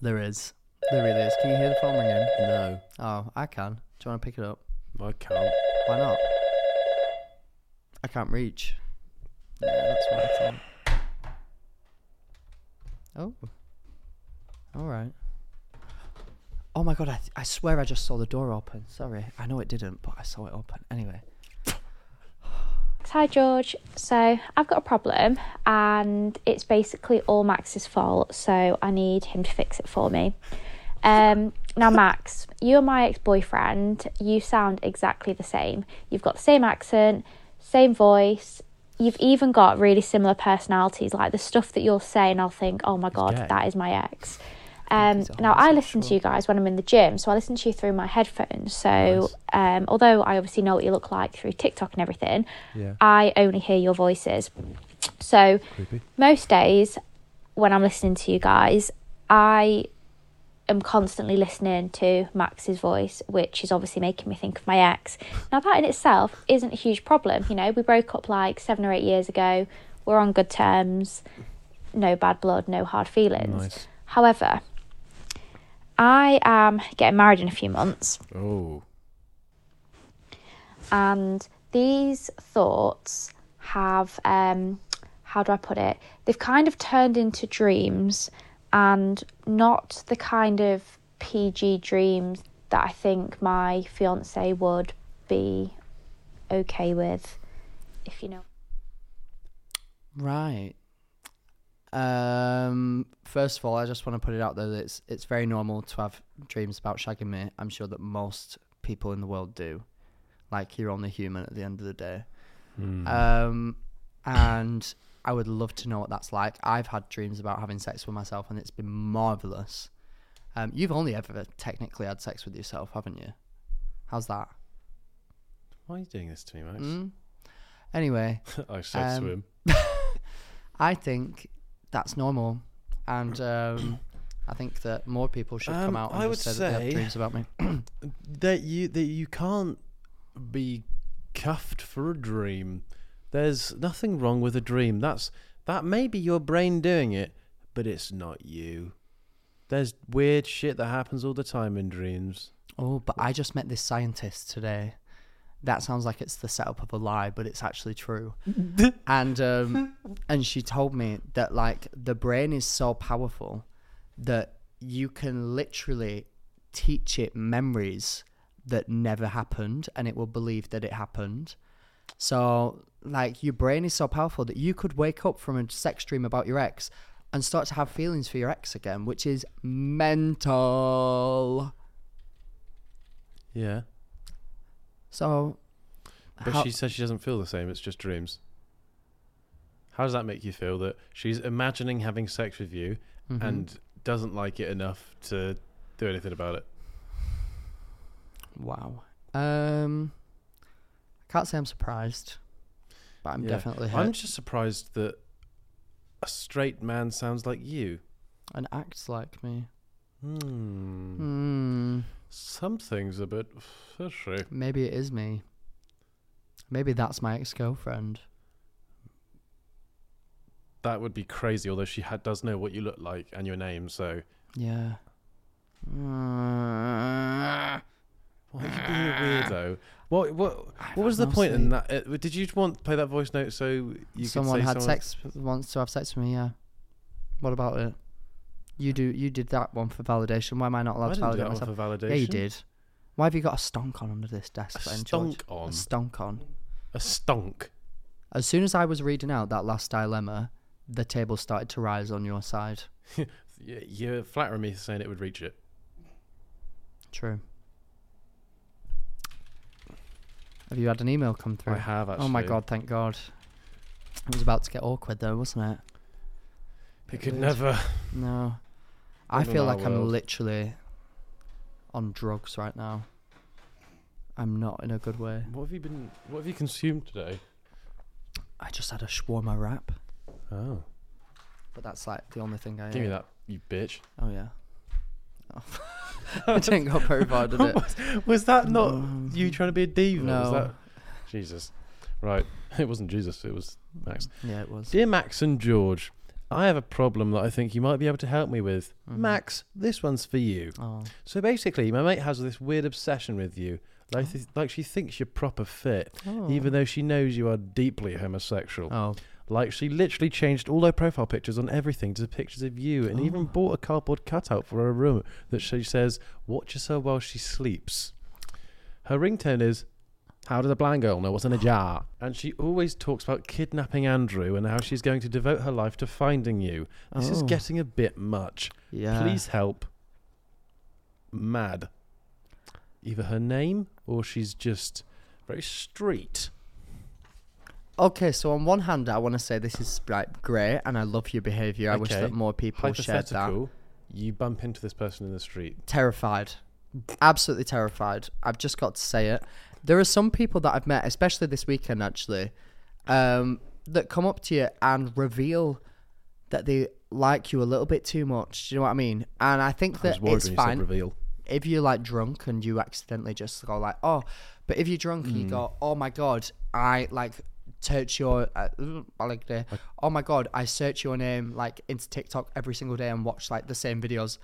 There is. There really is. Can you hear the phone ringing? No, Oh, I can. Do you want to pick it up? I can't. Why not? I can't reach. Yeah, that's what I thought. Oh. All right. Oh my god, I, th- I swear I just saw the door open. Sorry. I know it didn't, but I saw it open. Anyway. Hi George. So I've got a problem, and it's basically all Max's fault. So I need him to fix it for me. Um, now, Max, you are my ex-boyfriend. You sound exactly the same. You've got the same accent, same voice. You've even got really similar personalities. Like the stuff that you'll say, and I'll think, "Oh my god, gay. that is my ex." Um, he's a now I listen to you guys when I'm in the gym, so I listen to you through my headphones. So um, although I obviously know what you look like through TikTok and everything, I only hear your voices. So most days when I'm listening to you guys, I am constantly listening to Max's voice, which is obviously making me think of my ex. Now, that in itself isn't a huge problem. You know, we broke up like seven or eight years ago, we're on good terms, no bad blood, no hard feelings. Nice. However, I am getting married in a few months Oh, and these thoughts have um how do i put it they've kind of turned into dreams and not the kind of pg dreams that i think my fiance would be okay with if you know Right. Um. First of all, I just want to put it out there that it's it's very normal to have dreams about shagging me. I'm sure that most people in the world do. Like you're only human at the end of the day. Um. And I would love to know what that's like. I've had dreams about having sex with myself, and it's been marvelous. Um. You've only ever technically had sex with yourself, haven't you? How's that? why are you doing this to me, Max? Anyway. I said Um, to him. I think that's normal, and um, I think that more people should Um, come out and I just say, would that they have say- dreams about me. that you that you can't be cuffed for a dream. There's nothing wrong with a dream. That's that may be your brain doing it, but it's not you. There's weird shit that happens all the time in dreams. oh, but I just met this scientist today. That sounds like it's the setup of a lie, but it's actually true. and um, and she told me that like the brain is so powerful that you can literally teach it memories that never happened, and it will believe that it happened. So, like, your brain is so powerful that you could wake up from a sex dream about your ex and start to have feelings for your ex again, which is mental. Yeah, So, but how- she says she doesn't feel the same. It's just dreams. How does that make you feel? That she's imagining having sex with you Mm-hmm. and doesn't like it enough to do anything about it. wow. Um, I can't say I'm surprised, but I'm Yeah. definitely hurt I'm just surprised that a straight man sounds like you. and acts like me. Hmm. Hmm. Something's a bit fishy. Maybe it is me. Maybe that's my ex girlfriend. That would be crazy, although she ha- does know what you look like and your name, so. Yeah. Uh, Why are you being a weirdo? What, what, what was the don't know, point in that? Uh, did you want to play that voice note so you someone could say had someone- sex wants to have sex with me. Yeah. What about it? You do. You did that one for validation. Why am I not allowed to I didn't do validate that one myself? for validation. yeah, you did. Why have you got a stonk on under this desk? A then, George? stonk on? A stonk on. A stonk. As soon as I was reading out that last dilemma, the table started to rise on your side. Y- You're flattering me saying it would reach it. True. Have you had an email come through? I have actually. Oh my god, thank god. It was about to get awkward though, wasn't it? It could Good. never. No. I Not in feel our like I'm world. literally on drugs right now. I'm not in a good way. What have you been? What have you consumed today? I just had a shawarma wrap, Oh, but that's like the only thing I give me ate. that, you bitch. Oh yeah. Oh. I didn't go very far, did it? Was that not No. you trying to be a diva? Was No. that- Jesus. Right. It wasn't Jesus. It was Max. Yeah, it was. Dear Max and George, I have a problem that I think you might be able to help me with. Max, this one's for you. Oh, So basically, my mate has this weird obsession with you. Like, th- like she thinks you're proper fit, even though she knows you are deeply homosexual. oh, Like she literally changed all her profile pictures on everything to pictures of you, and even bought a cardboard cutout for her room that she says watches her while she sleeps. Her ringtone is "How does a blind girl know what's in a jar?" and she always talks about kidnapping Andrew and how she's going to devote her life to finding you. This is Oh. getting a bit much. yeah. Please help. Mad. Either her name or she's just very street. Okay, so on one hand, I want to say this is like great, and I love your behaviour. I wish Okay. that more people shared that. Hypothetical. You bump into this person in the street. terrified. Absolutely terrified. I've just got to say it. There are some people that I've met, especially this weekend actually, um, that come up to you and reveal that they like you a little bit too much. Do you know what I mean? And I think that it's fine reveal. if you're like drunk and you accidentally just go like oh but if you're drunk and you go oh my god i like search your uh, I like the, oh my god i search your name like into tiktok every single day and watch like the same videos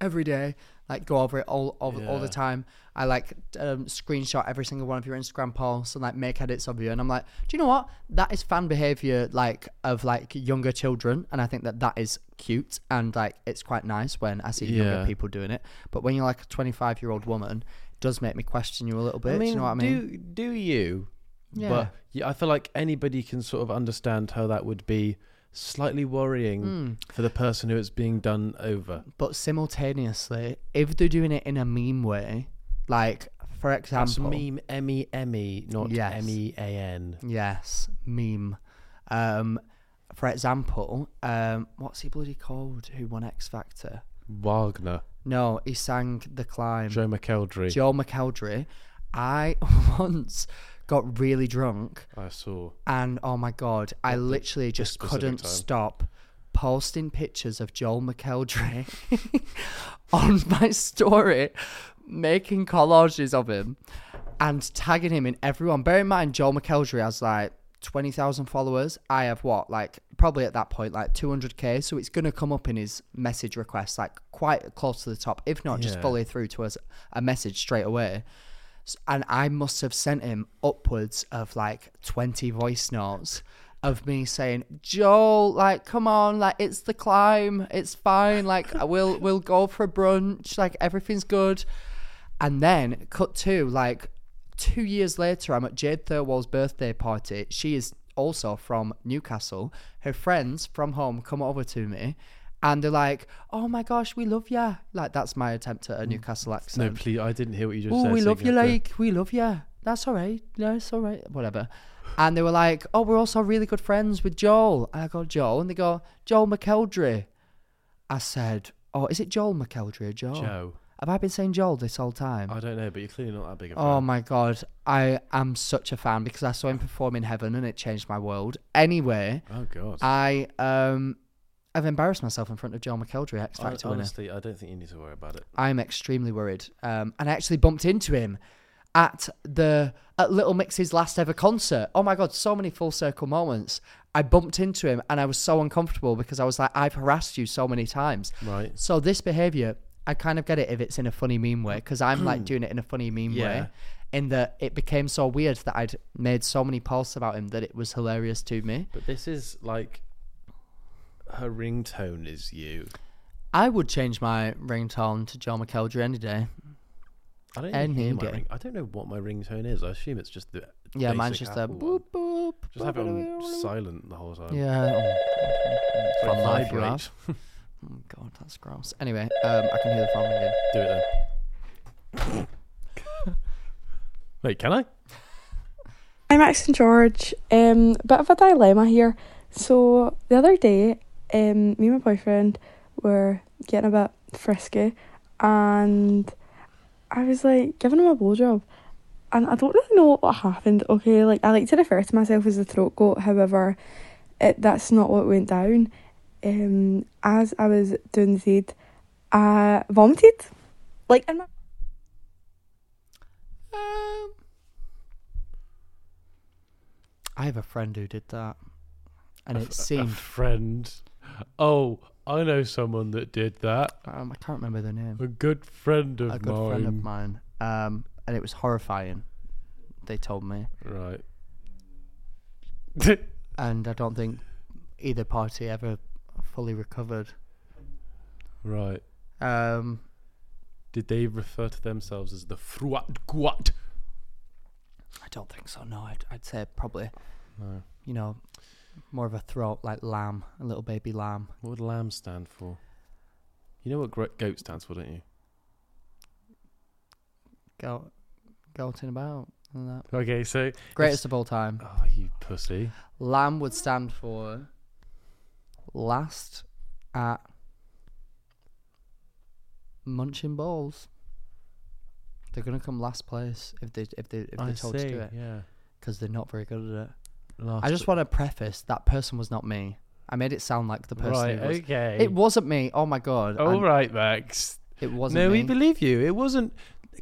every day like go over it all all, all the Yeah. time i like um, screenshot every single one of your instagram posts and like make edits of you and i'm like do you know what that is fan behavior like of like younger children and i think that that is cute and like it's quite nice when i see younger Yeah. people people doing it. But when you're like a 25 year old woman, it does make me question you a little bit. I do mean, you know what I mean? do do you? Yeah. But yeah, I feel like anybody can sort of understand how that would be slightly worrying Hmm. for the person who it's being done over. But simultaneously, if they're doing it in a meme way, like for That's example, meme M E M E, not Yes. M E A N. yes, meme. Um, for example, um, what's he bloody called? Who won X Factor? Wagner, No, he sang The Climb. Joe McElderry. Joe McElderry. I once got really drunk I saw. and oh my god, I literally just specific couldn't time. stop posting pictures of Joel McElderry on my story, making collages of him and tagging him in everyone. Bear in mind, Joel McElderry has like 20,000 followers. I have what, like probably at that point, like 200k. So it's going to come up in his message request, like quite close to the top, if not just Yeah. fully through to us a message straight away. S- and I must have sent him upwards of like 20 voice notes of me saying, Joel, like, come on, like, it's the climb, it's fine, like, we'll we'll go for a brunch, like, everything's good. And then cut to like two years later, I'm at Jade Thirlwall's birthday party. She is also from Newcastle. Her friends from home come over to me. And they're like, "Oh my gosh, we love ya!" Like that's my attempt at a Newcastle accent. No, please, I didn't hear what you just Oh, said. we so love you, can have to- like we love you. That's all right. No, it's all right. Whatever. And they were like, "Oh, we're also really good friends with Joel." And I go, "Joel," and they go, "Joel McElderry." I said, "Oh, is it Joel McElderry or Joel? Joe. Have I been saying Joel this whole time?" I don't know, but you're clearly not that big of a Oh fan. my god, I am such a fan because I saw him perform in heaven and it changed my world. Anyway, Oh god. I um, I've embarrassed myself in front of Joel McElderry, X I, Factor winner. honestly, I don't think you need to worry about it. I'm extremely worried. Um, and I actually bumped into him at the at Little Mix's last ever concert. Oh my god, so many full circle moments. I bumped into him and I was so uncomfortable because I was like, I've harassed you so many times. Right. So this behavior, I kind of get it if it's in a funny meme way because I'm like doing it in a funny meme Yeah. way. In that it became so weird that I'd made so many posts about him that it was hilarious to me. But this is like her ringtone is you. I would change my ringtone to Joel McElderry any day. I don't even hear Any my day. ring. I don't know what my ringtone is. I assume it's just the Yeah, basic mine's just a Apple one. boop boop. Just have it on boop, silent the whole time. Yeah. So From it life you vibrates. have. Oh, God, that's gross. Anyway, um, I can hear the phone ringing. Do it then. Wait, can I? I'm Max and George. Um, bit of a dilemma here. So the other day, um, me and my boyfriend were getting a bit frisky, and I was like giving him a blowjob, and I don't really know what happened. Okay, like I like to refer to myself as the throat goat. However, it, that's not what went down. Um, as I was doing the deed, I vomited, like in my Um, I have a friend who did that, and it A seemed friend. Oh, I know someone that did that. um, I can't remember the name. A good friend of A good mine. friend of mine, um, and it was horrifying. They told me, Right. and I don't think either party ever fully recovered. right. Um, Did they refer to themselves as the fruat guat? I don't think so. No, I'd, I'd say probably, you know, more of a throat like lamb, a little baby lamb. What would lamb stand for? You know what gro- goat stands for, don't you? Go, goating about and that. Okay, so Greatest of all time. oh, you pussy. Lamb would stand for last at munching balls. They're gonna come last place if they if they if they're told to do it Yeah. because they're not very good at it. Last I just want to preface that person was not me. I made it sound like the person right. who was. Okay. It wasn't me. Oh my god. All I'm- right, Max. It wasn't No, me. we believe you. It wasn't.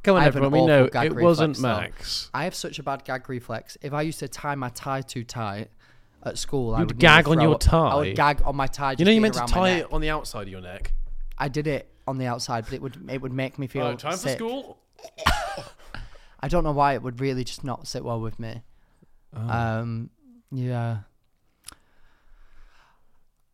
Come on, I have an everyone. We awful know gag it wasn't reflex, though. Max. I have such a bad gag reflex. If I used to tie my tie too tight at school, I You'd would gag nearly throw on your up. I tie? would gag on my tie. Just You know, you being meant to around my tie neck. it on the outside of your neck. I did it on the outside, but it would it would make me feel Oh, time for sick. school. I don't know why it would really just not sit well with me. Oh. Um, yeah.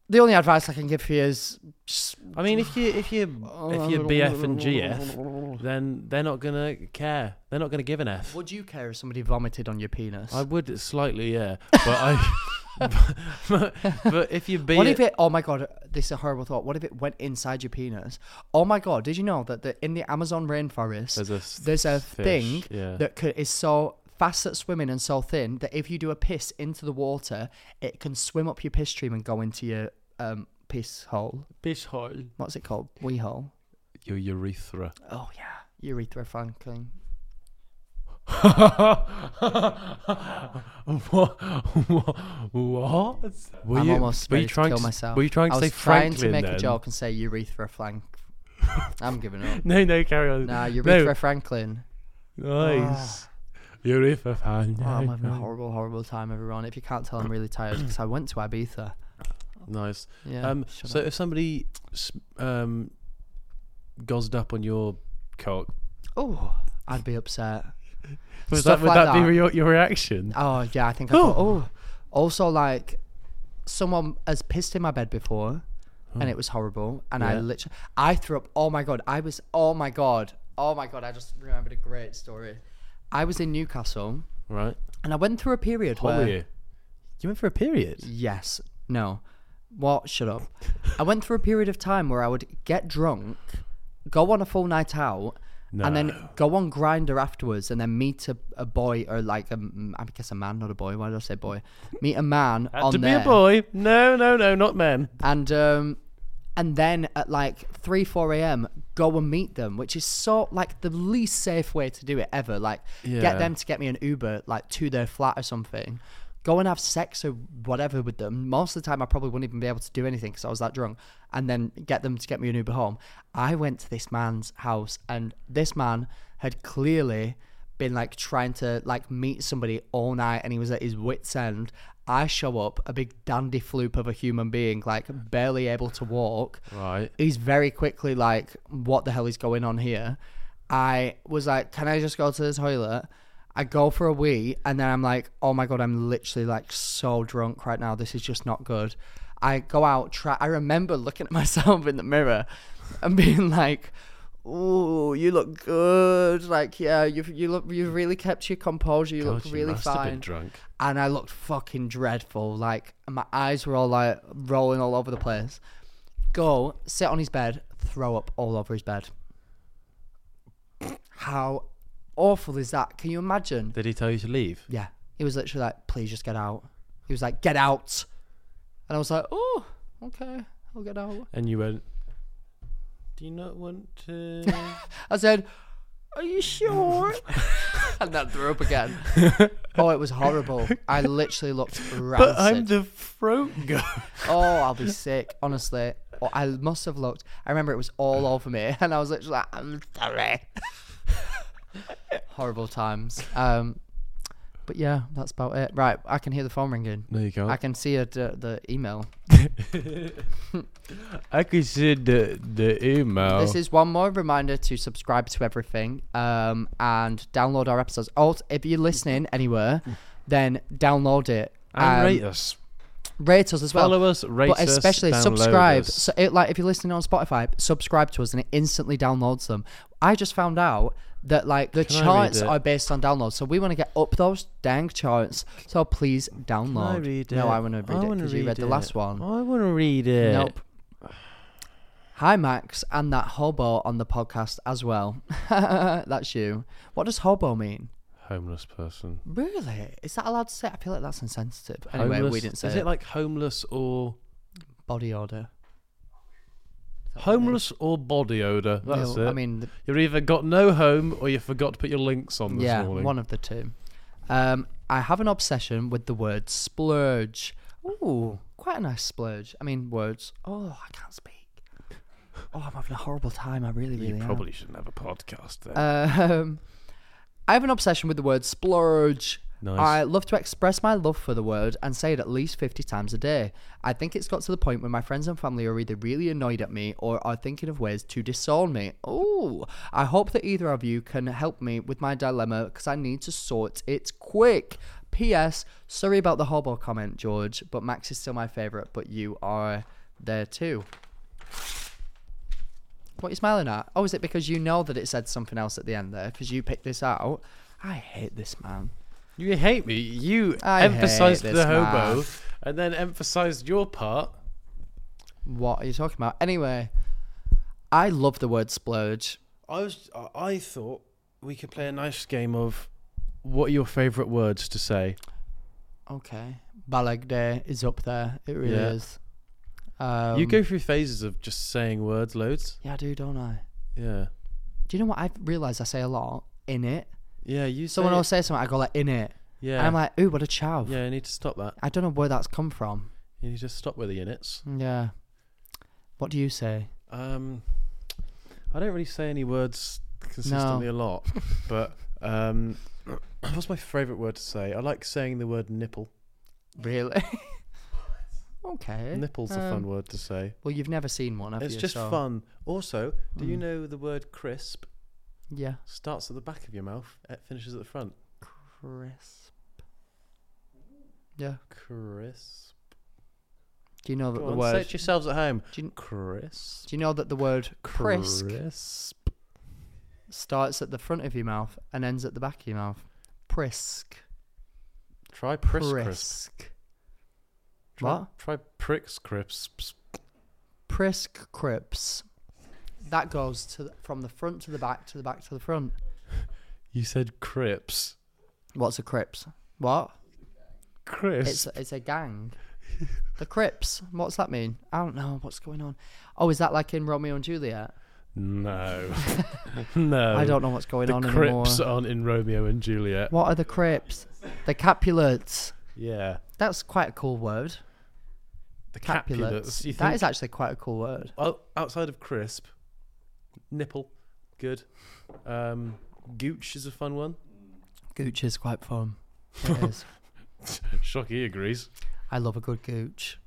The only advice I can give you is, just, I mean, if you if you if you're BF and GF, then they're not gonna care. They're not gonna give an F. would you care if somebody vomited on your penis? I would slightly, yeah, but I. but, but if you be what if it? Oh my god, this is a horrible thought. What if it went inside your penis? Oh my god, did you know that the, in the Amazon rainforest There's a s- there's a fish, thing yeah. that could, is so fast at swimming and so thin that if you do a piss into the water, it can swim up your piss stream and go into your um, piss hole. fish hole, What's it called? Wee hole. your urethra. Oh yeah, urethra Franklin. what? What? Were I'm almost were ready to trying kill s- myself. Were you trying to I was say trying Franklin? to make then? a joke and say urethra Frank. I'm giving up. No, no, carry on. Nah, No. urethra Franklin. Nice. Urethra fan. Ah. Oh, I'm having a horrible, horrible time, everyone. If you can't tell, I'm really tired because I went to Ibiza. Nice. Yeah. um, shut so up. if somebody s- um, gozzed up on your cock, oh, I'd be upset. was Stuff that, would like that, that. be your, your reaction? Oh yeah, I think. I thought, oh, also like someone has pissed in my bed before, and it was horrible. And I Yeah. literally, I threw up. Oh my god, I was. Oh my god, oh my god. I just remembered a great story. I was in Newcastle, Right. and I went through a period What where were you? You went for a period. Yes. No. What? Shut up. I went through a period of time where I would get drunk, go on a full night out, and then go on grinder afterwards, and then meet a, a boy or like a m- I guess a man, not a boy. Why did I say boy? Meet a man on Uh, to there, be a boy? No, no, no, not men. and um, and then at like three, four a.m. go and meet them, which is so like the least safe way to do it ever. Like Yeah. get them to get me an Uber like to their flat or something. Go and have sex or whatever with them. Most of the time, I probably wouldn't even be able to do anything because I was that drunk. And then get them to get me an Uber home. I went to this man's house, and this man had clearly been like trying to like meet somebody all night, and he was at his wits' end. I show up, a big dandy floop of a human being, like barely able to walk. Right. He's very quickly like, what the hell is going on here? I was like, can I just go to the toilet? I go for a wee, and then I'm like, oh my god, I'm literally like so drunk right now. This is just not good. I go out, try. I remember looking at myself in the mirror and being like, oh, you look good. Like, yeah, you've you look you've really kept your composure. You God, look you really must have fine. been drunk. and I looked fucking dreadful. Like my eyes were all like rolling all over the place. Go sit on his bed, throw up all over his bed. How awful is that? Can you imagine? Did he tell you to leave? Yeah, he was literally like, "Please just get out." He was like, "Get out," and I was like, "Oh, okay, I'll get out." And you went. Do you not want to? I said, "Are you sure?" and then threw up again. oh, it was horrible. I literally looked rancid. but I'm the throat guy. oh, I'll be sick, honestly. Oh, I must have looked. I remember it was all over me, and I was literally like, "I'm sorry." Horrible times. Um, but yeah, that's about it. Right, I can hear the phone ringing. No, you can't. I can see a d- the email. I could see the the email. This is one more reminder to subscribe to everything um, and download our episodes. Also, if you're listening anywhere, then download it. and Um, rate us. rate us as well. Follow us, rate but us, especially download subscribe. us. So, it, like, if you're listening on Spotify, subscribe to us, and it instantly downloads them. I just found out that like the Can I read charts it? are based on downloads, so we want to get up those dang charts. So please download. read no, it? I want to I read it wanna because you read read the it. Oh, last one. I want to read it. Nope. Hi, Max, and that hobo on the podcast as well. that's you. What does hobo mean? Homeless person. Really? Is that allowed to say? I feel like that's insensitive. Anyway, we Homeless- didn't say Is it. it like homeless or body odor. homeless or body odor? That's No, it. I mean, th- you've either got no home or you forgot to put your links on this yeah, morning. one of the two. Um, I have an obsession with the word splurge. Ooh, quite a nice splurge. I mean, words. Oh, I can't speak. Oh, I'm having a horrible time. I really, really you am. probably shouldn't have a podcast then. Um, I have an obsession with the word splurge. Nice. I love to express my love for the word and say it at least 50 times a day. I think it's got to the point where my friends and family are either really annoyed at me or are thinking of ways to disown me. Oh, I hope that either of you can help me with my dilemma because I need to sort it quick. P.S. Sorry about the hobo comment, George, but Max is still my favourite, but you are there too. What are you smiling at? Oh, is it because you know that it said something else at the end there? Because you picked this out. I hate this man. you hate me. You I hate emphasized this the hobo man. and then emphasized your part. What are you talking about? Anyway, I love the word splurge. I was. I- I thought we could play a nice Game of what are your favorite words to say? Okay. Balag Day is up there. It really Yeah. is. Um, you go through phases of just saying words loads. Yeah, I do, don't I? Yeah. Do you know what I've realised I say a lot? In it. Yeah, you Someone say, else says something, I go like, in it. Yeah. And I'm like, ooh, what a chav. yeah, you need to stop that. I don't know where that's come from. You need to stop with the units. Yeah. What do you say? Um, I don't really say any words consistently a lot, but um, what's my favourite word to say? I like saying the word nipple. Really? okay. Nipple's a Um, fun word to say. Well, you've never seen one, have It's you? just So- fun. Also, do you Mm. know the word crisp Yeah. starts at the back of your mouth, it finishes at the front? Crisp. Yeah. Crisp. Do you know that Go the on, word? search yourselves at home. Do you, Crisp. do you know that the word crisp Crisp. starts at the front of your mouth and ends at the back of your mouth? Prisk. Try priss crisp. Prisk. Try, What? Try pricks crisp. Prisk crips. That goes to the, from the front to the back to the back to the front. You said crips. What's a crips? What? It's Crisp. it's a gang. the crips. What's that mean? I don't know. What's going on? Oh, is that like in Romeo and Juliet? No. no. I don't know what's going the on anymore. Crips aren't in Romeo and Juliet. What are the Crips? The Capulets. Yeah. That's quite a cool word. The Capulets. Capulets. You That think, is actually quite a cool word. oh, outside of crisp, nipple, good. Um, gooch is a fun one. Gooch is quite fun. It is. Shocky agrees. I love a good gooch.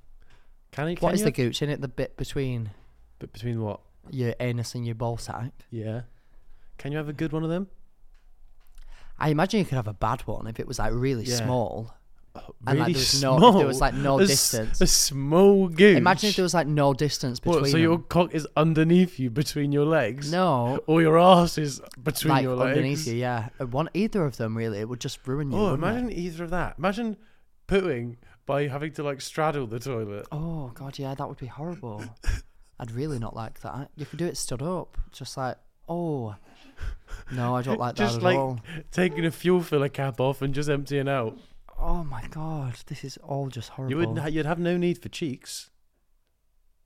Can he? What is the gooch? In it the bit between But between what? your anus and your ball sack? Yeah. Can you have a good one of them? I imagine you could have a bad one if it was like really Yeah. small. and like really there was no, small. if there was like no a s- distance. A small goose. Imagine if there was like no distance between. What, so your cock is underneath you between your legs? them. no, Or your ass is between like your legs? underneath you. Yeah, Uh, one either of them really, it would just ruin you. Oh, wouldn't it? imagine either of that. Imagine pooing by having to like straddle the toilet. Oh god, yeah, that would be horrible. I'd really not like that. You could do it stood up, just like oh. No, I don't Oh, like that just at like all. taking a fuel filler cap off and just emptying out. Oh my god, this is all just horrible. You wouldn't. Ha- you'd have no need for cheeks.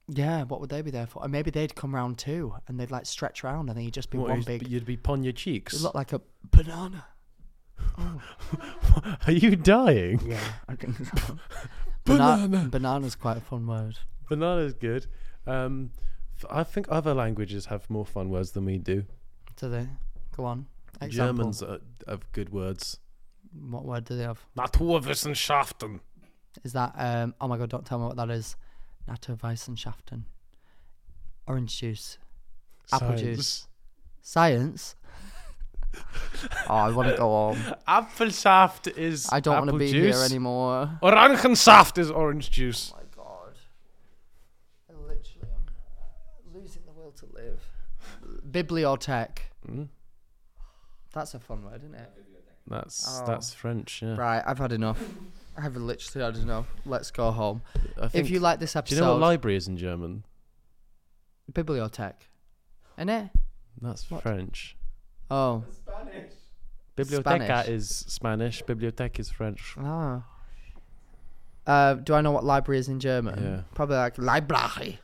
yeah, what would they be there for? And maybe they'd come round too, and they'd like stretch round, and then you'd just be What, one you'd- big. You'd be pon your cheeks. You look like a banana. Are you dying? Yeah, I think so. Bana- banana's quite a fun word. Banana's good. Um, f- I think other languages have more fun words than we do. Do they? Go on. Example. Germans are, have good words. What word do they have? Naturwissenschaften. Is that um? Oh my god! Don't tell me what that is. Naturweissenschaften. Orange juice. Apple juice. Science. oh, I want to go home. Apfelsaft is. I don't want to apple be juice. here anymore. Oh Orangensaft is orange juice. my god! I literally am losing the will to live. Bibliotech. Hmm? That's a fun word, isn't it? That's Oh. that's French. Yeah. Right, I've had enough. I've literally had enough. Let's go home. I think, If you like this do episode, you know what library is in German? bibliotech, isn't it? That's What? French. Oh, Biblioteca Spanish. is Spanish. Bibliothèque is French. Ah. Uh, do I know what library is in German? Yeah. Probably like Library.